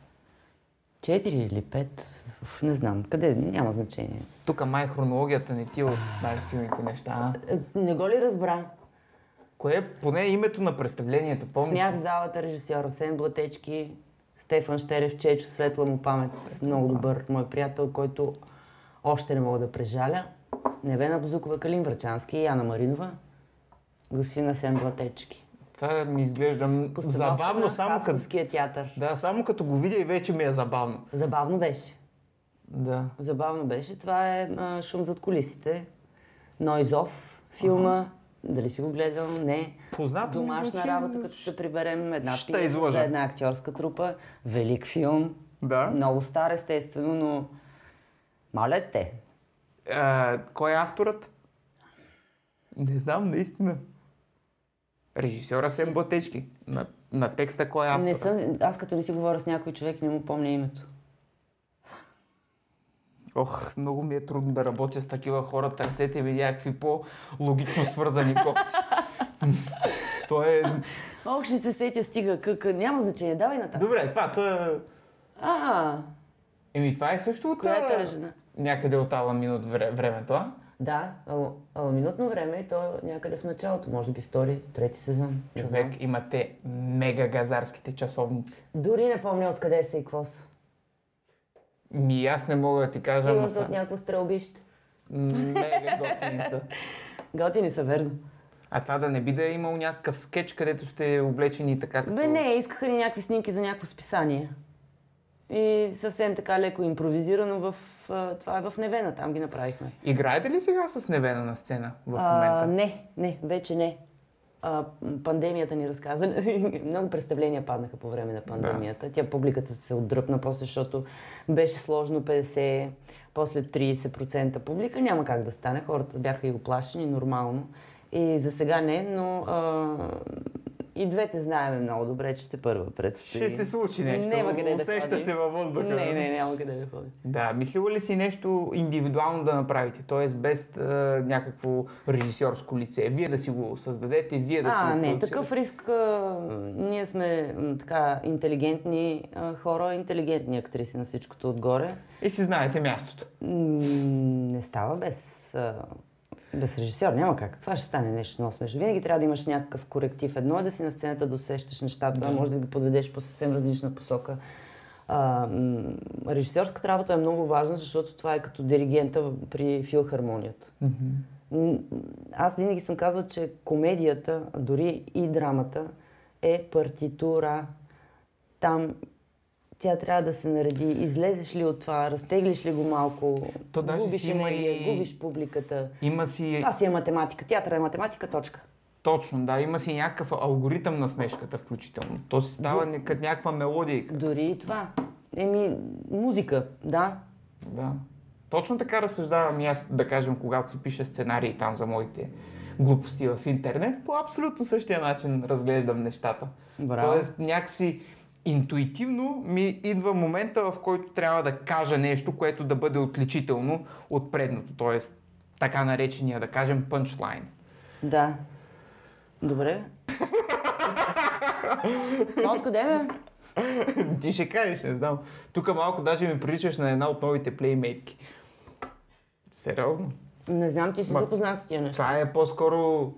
Четири или пет, Уф, не знам, къде, няма значение.
Тук май хронологията не ти е от най-силните неща. А?
Е, Не го ли разбра?
Кое е поне името на представлението? Помниш?
Смях в залата, режисьор Осен Блатечки, Стефан Щерев, Чечо, светла му памет, много добър мой приятел, който още не мога да прежаля. Невена Бузукова, Калин Врачански и Яна Маринова. Гуси на Сен Блатечки.
Това ми изглежда
Постановка
забавно,
на
само като...
Хасковския театър.
Да, само като го видя и вече ми е забавно.
Забавно беше.
Да.
Забавно беше. Това е а, шум зад колисите. Нойзов филма. Дали си го гледал? Не.
Познато ми
Домашна
звучи,
работа,
но
като ще приберем една
ще
пица
излъжа.
за една актьорска трупа. Велик филм.
Да.
Много стар, естествено, но... Моля те.
А, кой е авторът? Не знам, наистина. Режисьора Сем Блатечки. На, на текста кой е автор?
Не съм, аз като ли си говоря с някой човек, не му помня името.
Ох, много ми е трудно да работя с такива хора. Търсете ми някакви по-логично свързани гости. Той е...
Ох, ще се сетя, стига, къка. Няма значение, давай нататък.
Добре, това са...
А,
Еми, това е също от...
коя
а,
е тази жена?
Някъде от Алан Минут време, времето, а?
Да, ал- минутно време и то е някъде в началото, може би втори, трети сезон. не знам.
Човек, имате мега газарските часовници.
Дори не помня откъде е са и какво са.
Ми аз не мога да ти кажа,
Сигурно
но
са от
са
някакво стрелбище.
мега готини са.
Готини са, верно.
А това да не би да е имал някакъв скетч, където сте облечени така като...
Бе, не, искаха ни някакви снимки за някакво списание. И съвсем така леко импровизирано в... а, Това е в Невена, там ги направихме.
Играете ли сега с Невена на сцена в
А,
момента?
не, не, вече не. А, м, пандемията ни разказа. Много представления паднаха по време на пандемията. Тя публиката се отдръпна после, защото беше сложно 50, после 30% публика. Няма как да стане. Хората бяха и оплашени нормално. И за сега не, но а, и двете знаеме много добре, че ще първа предстои.
Ще се случи нещо.
Няма къде да
Усеща
ходим.
се във въздуха.
Не, не, няма къде да ходи.
Да, мислила ли си нещо индивидуално да направите? Тоест без а, някакво режисьорско лице. Вие да си го създадете, вие Е, да си
А,
го
не,
продуцирате.
такъв риск. А, ние сме м, така интелигентни а, хора, интелигентни актриси на всичкото отгоре.
И си знаете мястото.
М, не става без, а, без режисьор, няма как. Това ще стане нещо много смешно. Винаги трябва да имаш някакъв коректив. Едно е да си на сцената да усещаш нещата, а може да ги подведеш по съвсем различна посока. А, м, режисьорската работа е много важна, защото това е като диригента в- при филхармонията. М, Аз винаги съм казвала, че комедията, дори и драмата, е партитура. Там тя трябва да се нареди. Излезеш ли от това, разтеглиш ли го малко,
То даже
губиш
си има
енергия,
и-
губиш публиката.
Има си...
Това си е математика. Театър е математика, точка.
Точно, да. Има си някакъв алгоритъм на смешката включително. То си става ня- като някаква мелодия.
Дори и това. Еми, музика, да.
Да. Точно така разсъждавам и аз, да кажем, когато си пиша сценарии там за моите глупости в интернет, по абсолютно същия начин разглеждам нещата.
Браво.
Тоест, някакси интуитивно ми идва момента, в който трябва да кажа нещо, което да бъде отличително от предното. Тоест, така наречения, да кажем, пънчлайн.
Да. Добре. Това Откъде бе?
Ти ще кажеш, не знам. Тук малко даже ми приличаш на една от новите плеймейтки. Сериозно?
Не знам, ти си
Ма-
запознат с тия неща.
Това е по-скоро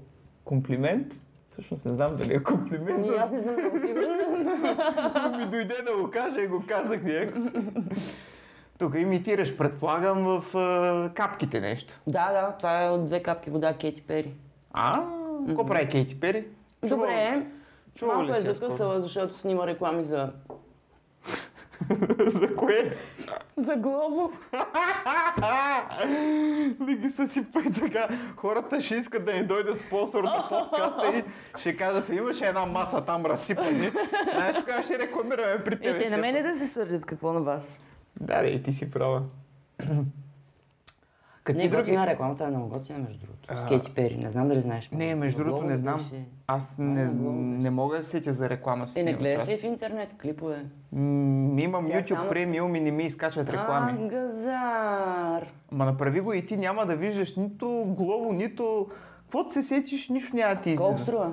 комплимент. Всъщност не знам дали е комплимент,
Ами, Аз не съм много сигурна.
но ми дойде да го кажа и го казах някакво. Тук имитираш, предполагам, в е, капките нещо.
Да, да, това е от две капки вода Кейти Пери.
А, какво прави Кейти Пери? Чувал-
Добре,
чувал ли
малко е
си я скоро?
закъсала, защото снима реклами за...
За кое?
За главо.
Не ги съсипай така. Хората ще искат да ни дойдат спонсор на подкаста и ще кажат, имаше една маца там разсипани. Знаеш кога ще рекламираме при теб.
Е, те на мене да се сърдят, какво на вас?
Да, да, и ти си права.
Не,
Какви други?
готина рекламата е много готина, между другото. С Кейти Пери, не знам дали знаеш.
Не, между
За
другото
Glovo
не знам.
беше.
Аз не,
Много добре.
не мога да сетя за реклама си.
Е, не гледаш ли в интернет клипове?
Имам
Тя
YouTube
само-
премиум и не ми изкачат реклами.
А, газар.
Ма направи го и ти няма да виждаш нито главо, нито... Каквото се сетиш, нищо няма да ти излиза.
Колко струва?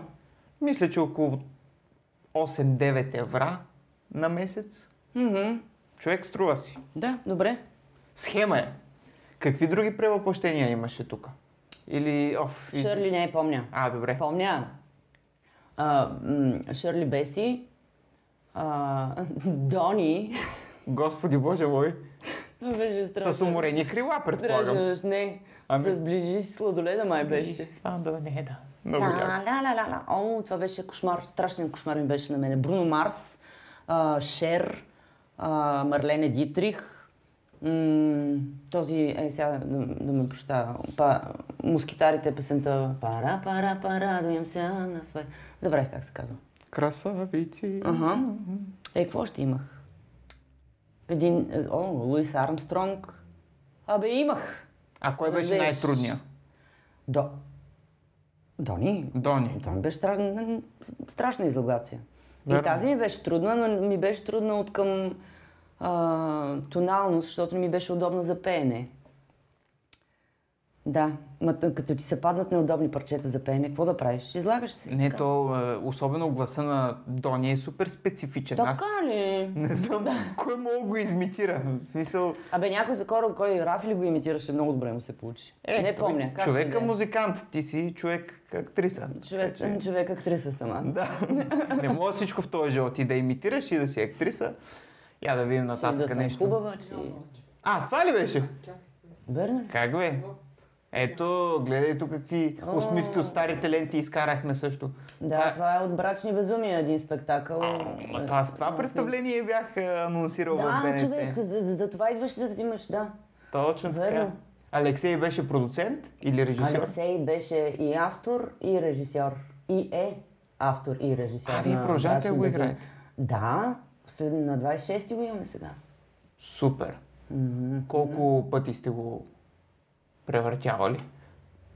Мисля, че около 8-9 евра на месец.
Мгм.
Човек струва си.
Да, добре.
Схема е. Какви други превъплъщения имаше тук? Или... Оф, и-
Шърли не помня.
А, добре.
Помня. А, м, Шърли Беси. А, Дони.
Господи Боже мой.
Това беше страшно.
С уморени крила, предполагам.
Трябваше, не.
Ами-
С ближи си сладоледа май беше.
Много яко.
Да, да, да, да, да. О, това беше кошмар. Страшен кошмар ми беше на мене. Бруно Марс, а, Шер, а, Марлене Дитрих. М- този, е сега да, да ме прощава, па, мускитарите песента Пара, пара, пара, доем се на свай. Забравих как се казва.
Красавици.
Ага. Е, какво ще имах? Един, е, о, Луис Армстронг. Абе, имах.
А кой беше
Разбираш.
най-трудния?
До. Дони,
Дони.
Това ми беше страшна, страшна изолация.
Верно.
И тази ми беше трудна, но ми беше трудна от към а, тоналност, защото ми беше удобно за пеене. Да, ма, т- като ти се паднат неудобни парчета за пеене, какво да правиш? Излагаш се.
Не, то е, особено гласа на Дони е супер специфичен. Аз
Така ли?
не знам кой мога го измитира. В смисъл,
Абе, някой за кора, кой Рафи ли го имитираше, много добре му се получи.
е,
не
той-
помня. както
Човек
и да
е
е.
музикант, ти си човек актриса.
Човек, човек актриса сама.
Да. не мога всичко в този живот. И да имитираш, и да си актриса. Я да видим
Че да
нататък
съм
нещо.
хубава, че...
А, това ли беше?
Верно ли?
Как бе? Ето, гледай тук какви
О.
усмивки от старите ленти изкарахме също.
Да, това е от брачни безумия един спектакъл. Е,
Ама то аз това представление бях а, анонсирал в
Да,
БНТ.
човек, за, за- за това идваш да взимаш, да.
Точно така.
Верно.
Алексей беше продуцент или режисьор?
Алексей беше и автор, и режисьор. И е автор и режисьор.
А, вие
на
продължавате да го
«Брачни безумия».
играете?
Да, след- на 26-ти го имаме сега.
Супер. Колко пъти сте го превъртявали?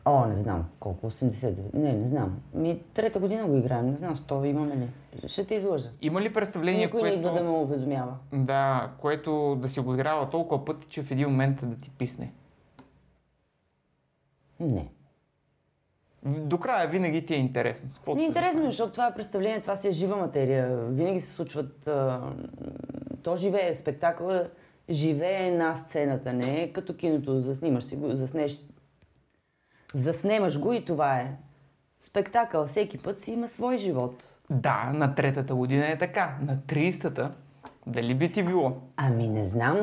О, не знам, колко, 80, не, не знам. Ми, трета година го играем, не знам, 100 имаме ли. Ще те излъжа.
Има ли представление,
Никой не идва да
което,
ме уведомява.
да, което да си го играва толкова пъти, че в един момент да ти писне?
Не.
До края винаги ти е интересно. С каквото
Ми
се
интересно, ми, защото това е представление, това си е жива материя. Винаги се случват... А, то живее, спектакъла живее на сцената, не е като киното. Заснимаш си го, заснеш... Заснемаш го и това е. Спектакъл всеки път си има свой живот.
Да, на третата година е така. На 30-та, дали би ти било?
Ами не знам,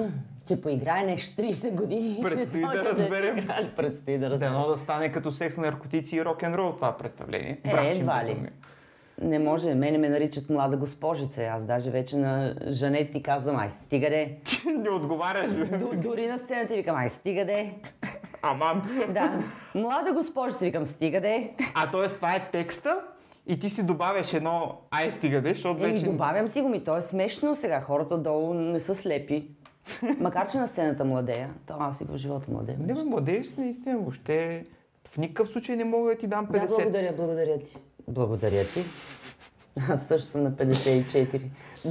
че поиграе неш 30 години.
Предстои
ще
да
дойде.
разберем.
Предстои да разберем.
Дано да стане като секс, наркотици и рок-н-рол това представление.
Е,
Брачни
едва ли.
безумия.
Не може, мене ме наричат млада госпожица. Аз даже вече на Жанет ти казвам, ай стига де.
Ти не отговаряш. бе.
Ду- дори на сцената и викам, ай, стига де.
Аман.
Да. Млада госпожица, викам, стига де.
А т.е. това е текста и ти си добавяш едно ай стига де, защото
Еми,
вече...
добавям си го ми, то е смешно сега. Хората долу не са слепи. Макар, че на сцената младея, то аз и в живота младея.
Не бе, младеж си наистина въобще. В никакъв случай не мога да ти дам 50.
Да, благодаря, благодаря ти. Благодаря ти. Аз също съм на 54.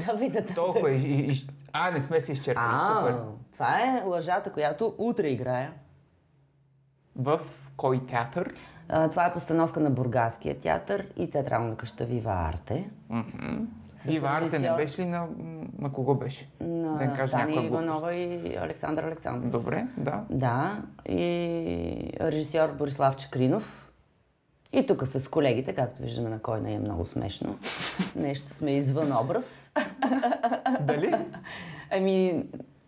Да, ви да
Толкова. И, и, и... А, не сме се изчерпали.
А,
Супер.
това е лъжата, която утре играя.
В кой театър?
А, това е постановка на Бургаския театър и театрална къща Вива Арте. С
Вива Арте не
режисьор-
беше ли на... На кого беше? да не
на
кажа
Таня
някоя глупост.
Иванова и Александър Александров.
Добре, да.
Да, и режисьор Борислав Чакринов. И тук с колегите, както виждаме на кой не е много смешно. Нещо сме извън образ.
Дали?
Ами,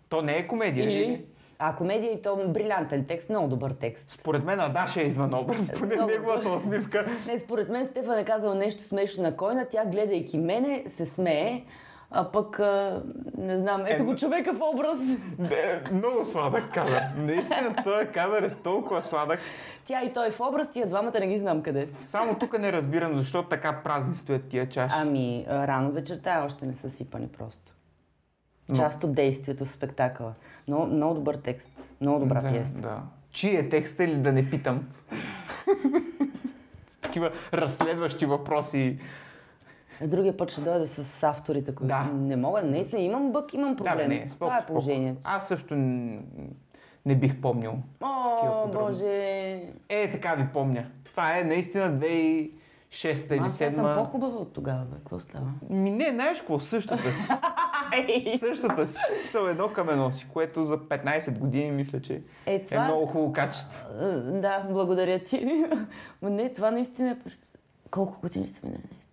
То не е комедия,
или...
ли?
А комедия и то брилянтен текст, много добър текст.
Според мен Адаша е извън образ, поне
Много.
неговата усмивка.
Не, според мен Стефан е казал нещо смешно на Койна, тя гледайки мене се смее, а пък а, не знам, ето го човека в образ.
Не, много сладък кадър. Наистина този кадър е толкова сладък.
Тя и той в образ, тия двамата не ги знам къде са.
Само тук не разбирам защо така празни стоят тия чаши.
Ами, а, рано вечерта още не са сипани просто. Част от действието в спектакъла. Но много добър текст, много добра
да,
пиеса.
да. Чи е текста или да не питам? С Такива разследващи въпроси.
Другия път ще дойда с авторите, които
Да.
не мога. Наистина имам бък, имам проблем.
Да, бе, не, спокойно.
Това е положението.
Аз също н- не бих помнил. Такива
О,
подробности.
Боже!
Е, така ви помня. Това е наистина 2006 или
Аз сега съм
2007.
по-хубава от тогава, бе. Какво става?
Ми не, знаеш какво? Същата си. Същата си. В Смисъл едно към едно си, което за 15 години мисля, че
Е,
е
това...
много хубаво качество.
Е, Да, благодаря ти. Ма не, това наистина е... пред- Колко години са минали наистина?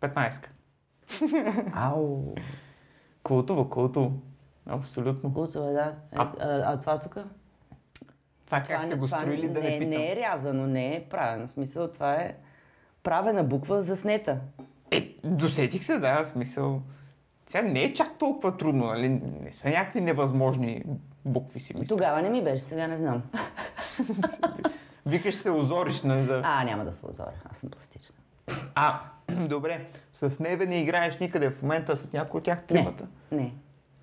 15.
Ау!
Култово, култово. Абсолютно.
Хутова, е, да. А,
А-
а, а това тук?
Това как сте го строили, да не
не,
питам.
не е рязано, не е правено. В смисъл, това е правена буква заснета.
Е, досетих се, да, в смисъл. Сега не е чак толкова трудно, нали? Не са някакви невъзможни букви си мисля.
Тогава не ми беше, сега не знам.
Викаш се озориш, нали да.
А, няма да се озоря, аз съм пластична.
А, добре. С Неве не играеш никъде в момента с някой от тях тримата.
Не, не.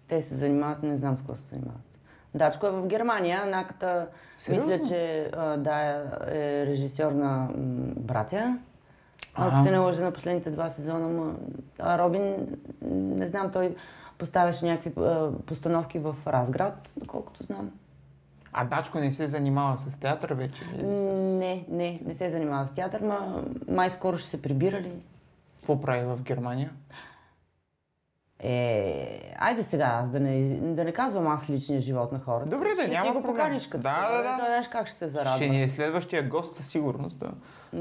Те се занимават, не знам с какво се занимават. Дачко е в Германия, Наката,
Сериозно?
мисля, че а, да, е режисьор на м, братя. Ако
А.
се не лъжа на последните два сезона, ма, а Робин, м, не знам, той поставяше някакви а, постановки в Разград, доколкото знам.
А Дачко не се занимава с театър вече? Или Ами с...
Не, не, не се занимава с театър, ма май скоро ще се прибирали.
Какво прави в Германия?
Е, айде сега, аз да не, да не казвам аз личния живот на хората.
Добре, да,
ще
няма
си го
проблем.
поканиш като
Да,
се
да,
върне,
да.
той знаеш как ще се зарадва.
Ще ни е следващия гост със сигурност да,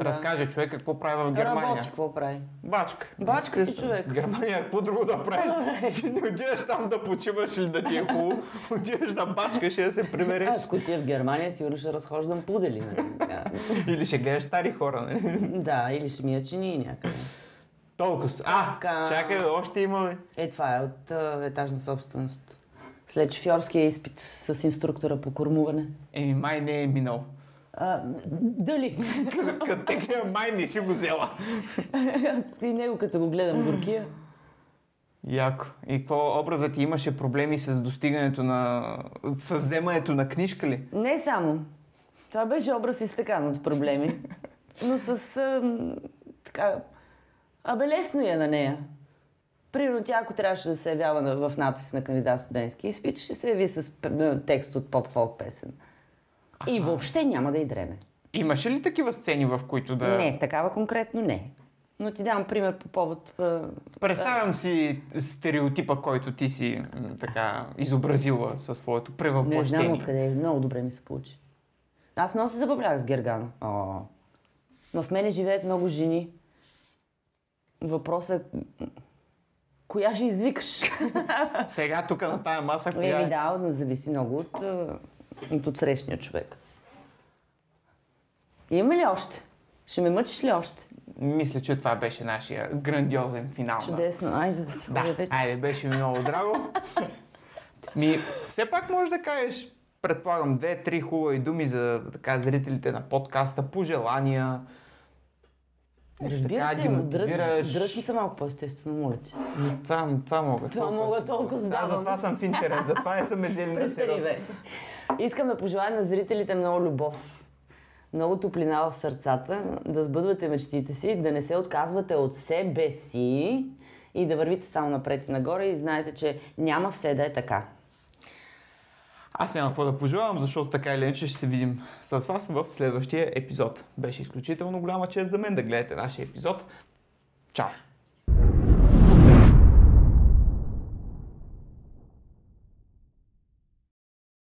разкаже човек какво прави в Германия.
Работи, какво прави?
Бачка.
Бачка си,
Естествено,
човек.
в Германия какво друго да правиш? Ти не отиваш там да почиваш или да ти е хубаво. Отиваш да бачкаш и да се примереш.
Аз, които е в Германия, сигурно ще разхождам пудели. нали? Да.
Или ще гледаш стари хора. нали?
да, или ще ми я чини някъде.
Толкова. с- А,
Така.
чакай, още имаме.
Е, това е от а, етажна собственост. След шофьорския изпит с инструктора по кормуване.
Еми, май не е минал.
А, дали?
Като те гледам, май не си го взела.
Аз и него, като го гледам горкия.
Яко. И какво образът ти имаше проблеми с достигането на... с вземането на книжка ли?
Не само. Това беше образ изтъкан от проблеми. Но с... А, м, така... Абе, лесно я на нея. Примерно тя, ако трябваше да се явява на- в надпис на кандидат студентски изпит, ще се яви с п- м, текст от поп-фолк песен. И въобще няма да и дреме.
Имаше ли такива сцени, в които да...
Не, такава конкретно не. Но ти давам пример по повод... а,
Представям си стереотипа, който ти си м, така изобразила със своето
Не знам
превъплъщение.
откъде. е. Много добре ми се получи. Аз много се забавлявах с Гергана. О. Но в мене живеят много жени. Въпросът е... м, Коя ще извикаш?
Сега тук на тая маса, коя
Еми
е?
да, но зависи много от, е, от отсрещния човек. Има ли още? Ще ме мъчиш ли още?
Мисля, че това беше нашия грандиозен финал. на-
Чудесно. Айде да си ходя
Да,
вече.
айде, беше ми много драго. Ми, все пак можеш да кажеш, предполагам, две-три хубави думи за така, зрителите на подкаста, пожелания. Нещо
Разбира
така,
се,
ги
но дръж,
мотивираш.
дръж ми се малко по-естествено, моля ти се.
Ми, Това, това мога.
Това мога,
съм-
толкова
Да,
задавам.
затова съм в интернет, затова не съм езели на
Престани,
сериал.
бе. Искам да пожелая на зрителите много любов, много топлина в сърцата, да сбъдвате мечтите си, да не се отказвате от себе си и да вървите само напред и нагоре и знаете, че няма все да е така.
Аз няма какво да пожелавам, защото така или иначе ще се видим с вас в следващия епизод. Беше изключително голяма чест за мен да гледате нашия епизод. Чао!